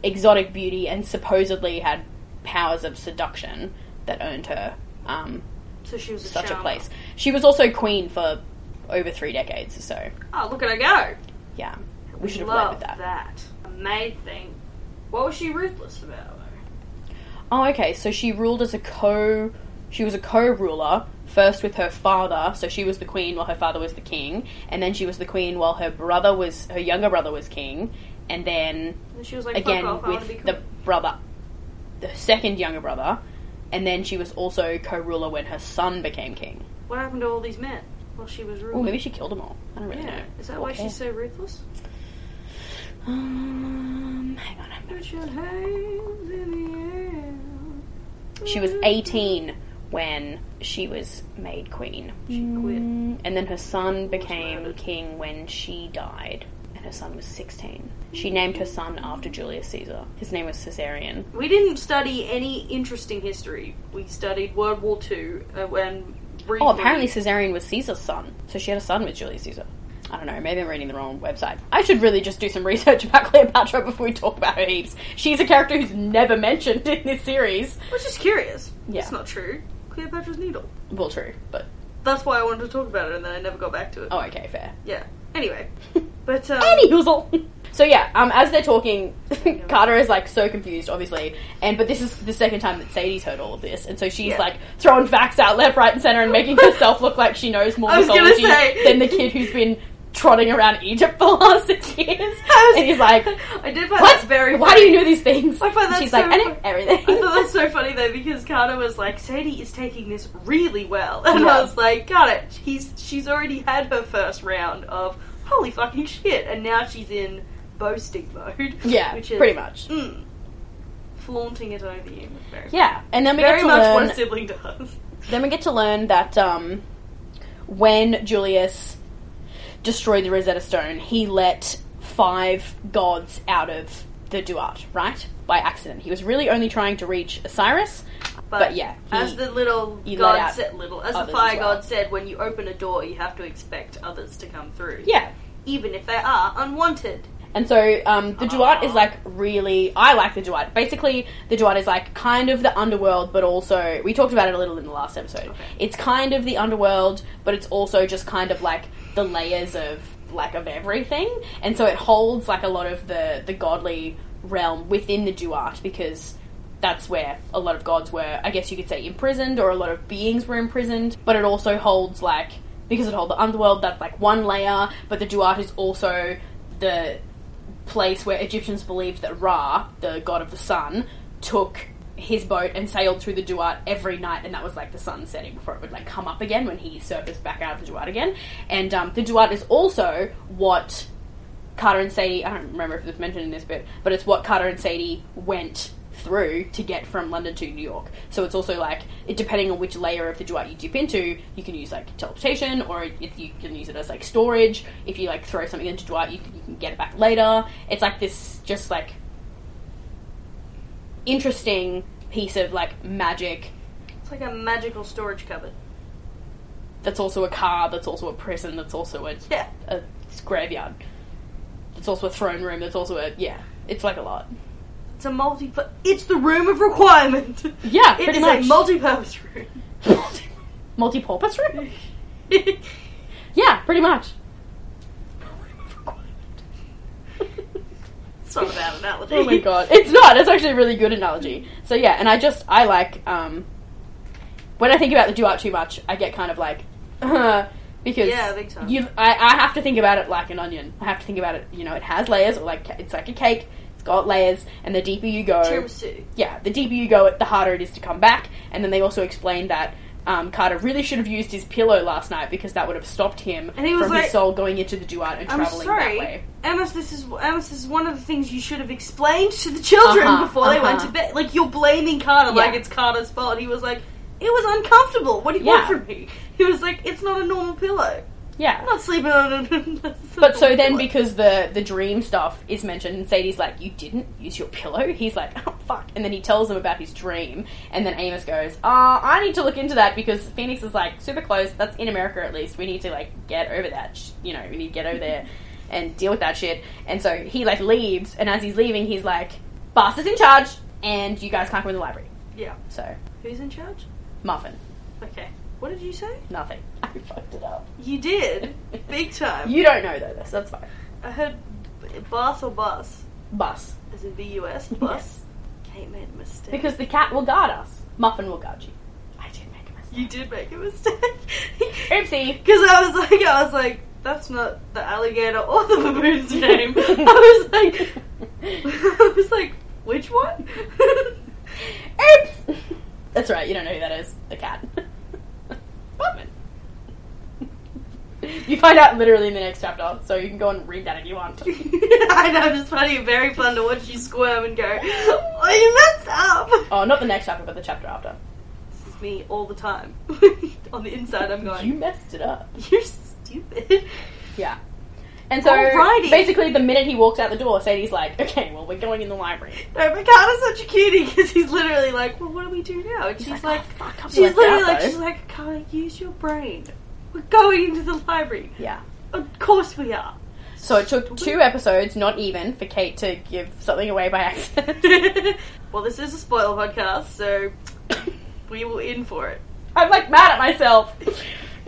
exotic beauty and supposedly had powers of seduction that earned her um, So she was a such a charmer. place. She was also queen for over three decades. So Oh, look at her go. yeah, we should have led Love with that. Amazing. What was she ruthless about? though? Oh, okay. So she ruled as a co. She was a co-ruler first with her father, so she was the queen while her father was the king, and then she was the queen while her brother was her younger brother was king, and then And she was like, again fuck off, I want with to be cool. the brother, the second younger brother, and then she was also co-ruler when her son became king. What happened to all these men? Well, she was ruling. Oh, maybe she killed them all. I don't really yeah. know. Is that why Okay. she's so ruthless? Um, hang on, I'm Put your hands in the air. She was 18 when she was made queen. She quit. Mm, And then her son became murdered. king when she died. And her son was 16. Mm. She named her son after Julius Caesar. His name was Caesarion. We didn't study any interesting history. We studied World War Two uh, and. Oh, apparently Caesarion was Caesar's son. So she had a son with Julius Caesar. I don't know, maybe I'm reading the wrong website. I should really just do some research about Cleopatra before we talk about her heaps. She's a character who's never mentioned in this series. I was just curious. Yeah. It's not true. Cleopatra's Needle. Well, true, but. That's why I wanted to talk about it, and then I never got back to it. Oh, okay, fair. Yeah. Anyway, but um, Any hoozle. So yeah, um, as they're talking, Carter is like so confused, obviously, and but this is the second time that Sadie's heard all of this, and so she's Yeah. like throwing facts out left, right, and center, and making herself look like she knows more I was gonna mythology say. than the kid who's been trotting around Egypt for the last six years. I was- and he's like, I did "What? find that's very. Why do you know these things?" I find And that she's so like, "I know fun- everything." I thought that's so funny though because Carter was like, Sadie is taking this really well, and Yeah. I was like, got it. He's she's already had her first round of holy fucking shit, and now she's in boasting mode. yeah, which is pretty much. mm, flaunting it over you. Very, Yeah, and then we very get to much learn what a sibling does. Then we get to learn that um, when Julius destroyed the Rosetta Stone, he let five gods out of the Duat, right? By accident. He was really only trying to reach Osiris. But, But yeah, he- as the little you let god out said, little as the others fire as well. god said, when you open a door, you have to expect others to come through. Yeah. even if they are unwanted. And so um, the Duat Aw. is like really. I like the Duat. Basically, the Duat is like kind of the underworld, but also. We talked about it a little in the last episode. Okay. It's kind of the underworld, but it's also just kind of like the layers of like of everything. And so it holds like a lot of the, the godly realm within the Duat because that's where a lot of gods were, I guess you could say, imprisoned, or a lot of beings were imprisoned. But it also holds like because it holds the underworld, that's like one layer. But the Duat is also the place where Egyptians believed that Ra, the god of the sun, took his boat and sailed through the Duat every night, and that was like the sun setting before it would like come up again when he surfaced back out of the Duat again. And um, the Duat is also what Carter and Sadie, I don't remember if it was mentioned in this bit, but it's what Carter and Sadie went through to get from London to New York. So it's also like, it, depending on which layer of the Duat you dip into, you can use like teleportation, or if you can use it as like storage. If you like throw something into Duat, you can, you can get it back later. It's like this just like interesting piece of like magic It's like a magical storage cupboard. that's also a car, that's also a prison, that's also a, Yeah. a graveyard, that's also a throne room, that's also a, yeah, it's like a lot. It's a multi. It's the room of requirement. Yeah, it pretty is much. a multi-purpose room. Multi porpoise room? Yeah, pretty much. it's not a bad analogy. Oh my god. It's not, it's actually a really good analogy. So yeah, and I just I like um when I think about the duart too much, I get kind of like because Yeah, big time. you I, I have to think about it like an onion. I have to think about it, you know, it has layers or like it's like a cake, it's got layers, and the deeper you go Tiramisu. yeah, the deeper you go, the harder it is to come back. And then they also explained that um, Carter really should have used his pillow last night because that would have stopped him And he was from like, his soul going into the Duat and I'm traveling that sorry, way. Amos. This is Amos. This is one of the things you should have explained to the children Uh-huh, before they went uh-huh. to bed. Like you're blaming Carter, Yeah. like it's Carter's fault. He was like, "It was uncomfortable. What do you Yeah. want from me?" He was like, "It's not a normal pillow. I'm Yeah. not sleeping on a." a But so then, normal pillow." because the the dream stuff is mentioned, and Sadie's like, "You didn't use your pillow." He's like, "Oh fuck!" And then he tells him about his dream, and then Amos goes, "Ah, I need to look into that because Phoenix is like super close. That's in America at least. We need to like get over that. Sh- you know, we need to get over there and deal with that shit." And so he like leaves, and as he's leaving, he's like, "Boss is in charge, and you guys can't come in the library." yeah, So who's in charge? muffin, Okay, what did you say? nothing. I fucked it up. You did big time. You don't know though. This that's fine. I heard b- bus or bus, Bus as in B-U-S, bus. Kate made a mistake. because the cat will guard us. Muffin will guard you. I did make a mistake. you did make a mistake. Oopsie. Because I was like, I was like, that's not the alligator or the baboon's name. I was like, I was like, which one? Oops. That's right. You don't know who that is. The cat. Batman. You find out literally in the next chapter, so you can go and read that if you want. I know, it's funny, very fun to watch you squirm and go, oh, you messed up. Oh, not the next chapter, but the chapter after. This is me all the time. On the inside, I'm You going, messed it up. you- are stupid. Yeah. And so, Alrighty. basically, the minute he walks out the door, Sadie's like, "Okay, well, we're going in the library." No, but Carter's such a cutie because he's literally like, well, what do we do now? And she's like, "Oh, fuck, can't be she's literally that, like, though." she's like, Carter, use your brain. We're going into the library. "Yeah." Of course we are. So it took two episodes, not even, for Kate to give something away by accident. well, this is a spoiler podcast, so we will in for it. I'm like mad at myself.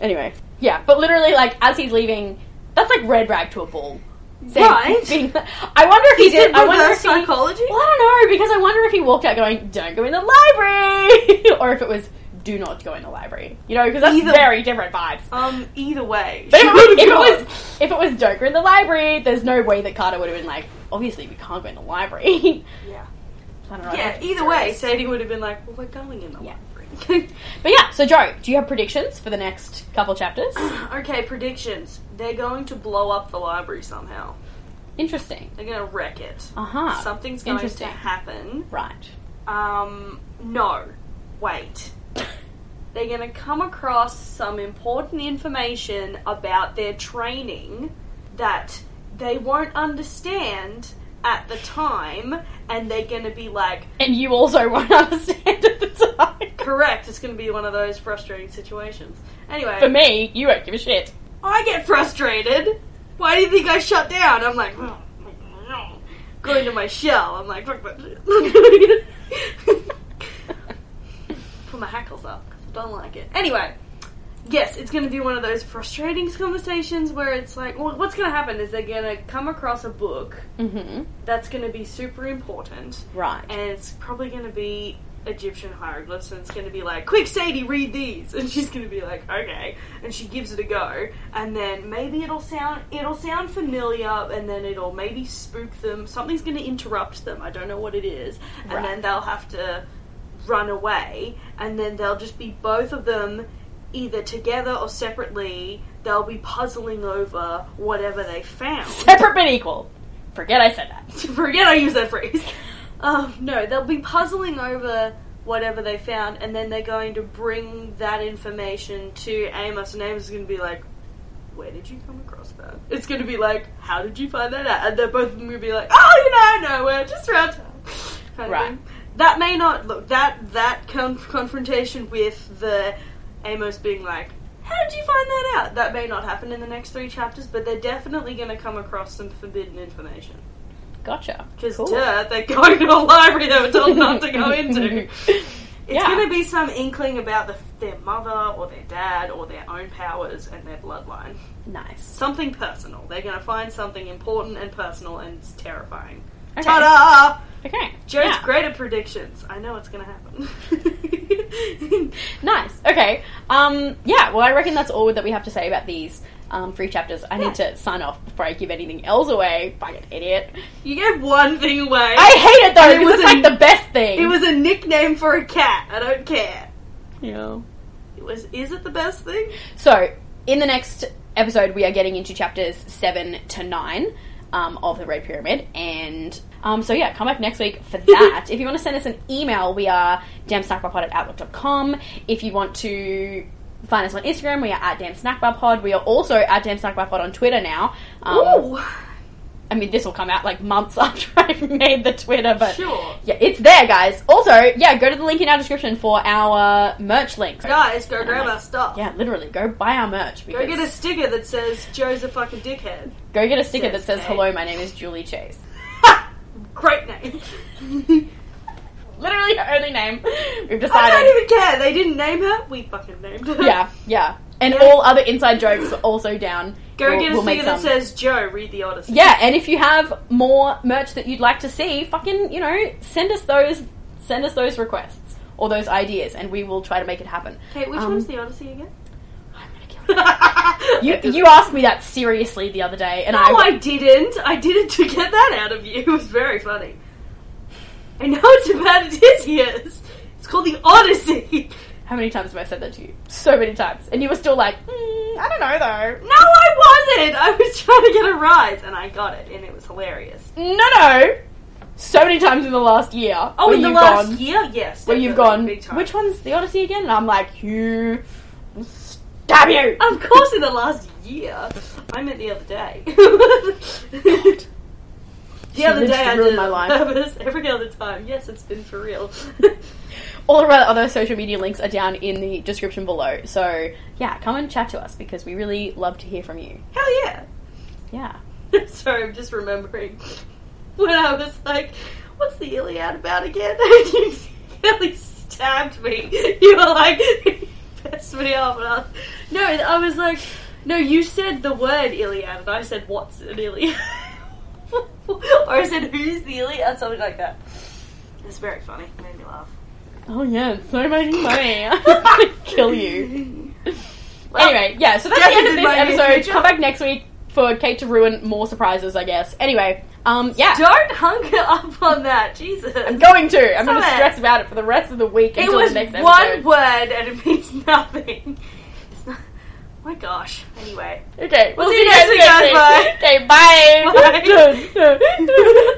Anyway, yeah, but literally, like as he's leaving, that's like red rag to a bull. Sadie Right. being- I wonder if he Is it did. I wonder reverse if he. psychology? Well, I don't know because I wonder if he walked out going, "Don't go in the library," or if it was, "Do not go in the library." You know, because that's Either- very different vibes. Um, either way. But if it, was, She if, it would've was, gone. if it was Joker in the library, there's no way that Carter would have been like, obviously we can't go in the library. Yeah. I don't know, I Yeah, think it's either way, serious. Sadie would have been like, well, we're going in the Yeah. library. But yeah, so Joe, do you have predictions for the next couple chapters? okay, predictions. They're going to blow up the library somehow. Interesting. They're going to wreck it. Uh huh. Something's going to interesting. happen. Right. Um, no. Wait. They're going to come across some important information about their training that they won't understand at the time, and they're going to be like, And you also won't understand at the time. correct, it's going to be one of those frustrating situations. Anyway. For me, you won't give a shit. I get frustrated. Why do you think I shut down? I'm like, go into my shell. I'm like, fuck that shit. Put my hackles up. 'cause I don't like it. Anyway, yes, it's going to be one of those frustrating conversations where it's like, well, what's going to happen is they're going to come across a book mm-hmm. that's going to be super important, Right. and it's probably going to be Egyptian hieroglyphs, and it's going to be like, "Quick, Sadie, read these," and she's going to be like, "Okay," and she gives it a go, and then maybe it'll sound it'll sound familiar, and then it'll maybe spook them. Something's going to interrupt them. I don't know what it is, and Right. then they'll have to run away, and then they'll just be both of them either together or separately. They'll be puzzling over whatever they found. Separate but equal. Forget I said that. Forget I used that phrase. Um, no, they'll be puzzling over whatever they found, and then they're going to bring that information to Amos, and Amos is going to be like, "Where did you come across that?" It's going to be like, "How did you find that out?" And they're both going to be like, "Oh, you know, nowhere, just around town." Kind Right. Of thing. That may not look that that con- confrontation with the Amos being like. How did you find that out? That may not happen in the next three chapters, but they're definitely going to come across some forbidden information. Gotcha. Because Cool. duh, they're going to a library they were told not to go into. It's Yeah. going to be some inkling about the, their mother or their dad or their own powers and their bloodline. Nice. Something personal. They're going to find something important and personal and it's terrifying. Okay. Ta-da! Okay. Joe's Yeah. great at predictions. I know it's going to happen. Nice. Okay. Um, yeah, well, I reckon that's all that we have to say about these um, three chapters. I need to sign off before I give anything else away. Fucking idiot. you gave one thing away. I hate it though, And it because was it's like a- the best thing. it was a nickname for a cat. I don't care. Yeah. It was. Is it the best thing? So, in the next episode, we are getting into chapters 7 to 9 um, of the Red Pyramid. And um, so, yeah, come back next week for that. if you want to send us an email, we are damsnackbarpod at outlook.com. If you want to find us on Instagram, we are at damsnackbarpod. We are also at damsnackbarpod on Twitter now. Um, Ooh. I mean, this will come out like months after I've made the Twitter, but Sure. yeah, it's there, guys. Also, yeah, go to the link in our description for our merch links. Guys, go grab our stuff. Yeah, literally, go buy our merch. Go get a because- sticker that says Joe's a fucking dickhead. Go get a sticker that says, Says Kate. "Hello, my name is Julie Chase." Great name. Literally her only name. We've I decided. don't even care. They didn't name her. We fucking named her. yeah, yeah. And all other inside jokes are also down. Go We'll- get a we'll make sticker that some. says Joe. Read the Odyssey. Yeah, and if you have more merch that you'd like to see, fucking, you know, send us those. Send us those requests. or those ideas, and we will try to make it happen. Okay, which Um, one's the Odyssey again? I'm gonna kill you, You, you asked me that seriously the other day, and No, I, I didn't. I didn't to get that out of you. It was very funny. I know it's about Odysseus. It's called the Odyssey. how many times have I said that to you? So many times, and you were still like, mm, I don't know No, I wasn't. I was trying to get a rise, and I got it, and it was hilarious. though. No, no. So many times in the last year. Oh, where in the you've last gone- year, yes. where you've definitely, gone. big time. Which one's the Odyssey again? And I'm like, you stab you. Of course, in the last year. I meant the other day. The She other lives day to I ruin did my my life. life. Every other time, yes, it's been for real. All of our other social media links are down in the description below. So yeah, come and chat to us because we really love to hear from you. Hell yeah! Yeah. Sorry, I'm just remembering when I was like, "What's the Iliad about again?" And you nearly stabbed me. You were like, "Pissed me off," and I was, no, I was like, "No, you said the word Iliad," and I said, "What's an Iliad?" or I said, "Who's the Iliad?" Something like that. It's very funny. It made me laugh. Oh yeah, so much money. I'm gonna kill you. anyway, yeah, so that's Jeff the end is of this in my near episode. future. Come back next week for Kate to ruin more surprises, I guess. Anyway, um yeah. Don't hunker up on that, Jesus. I'm going to. I'm Stop gonna it. stress about it for the rest of the week It until was the next episode. one word and it means nothing. It's not, my gosh. Anyway. Okay, we'll, We'll see see you you guys next next week, week. Okay, bye. Bye.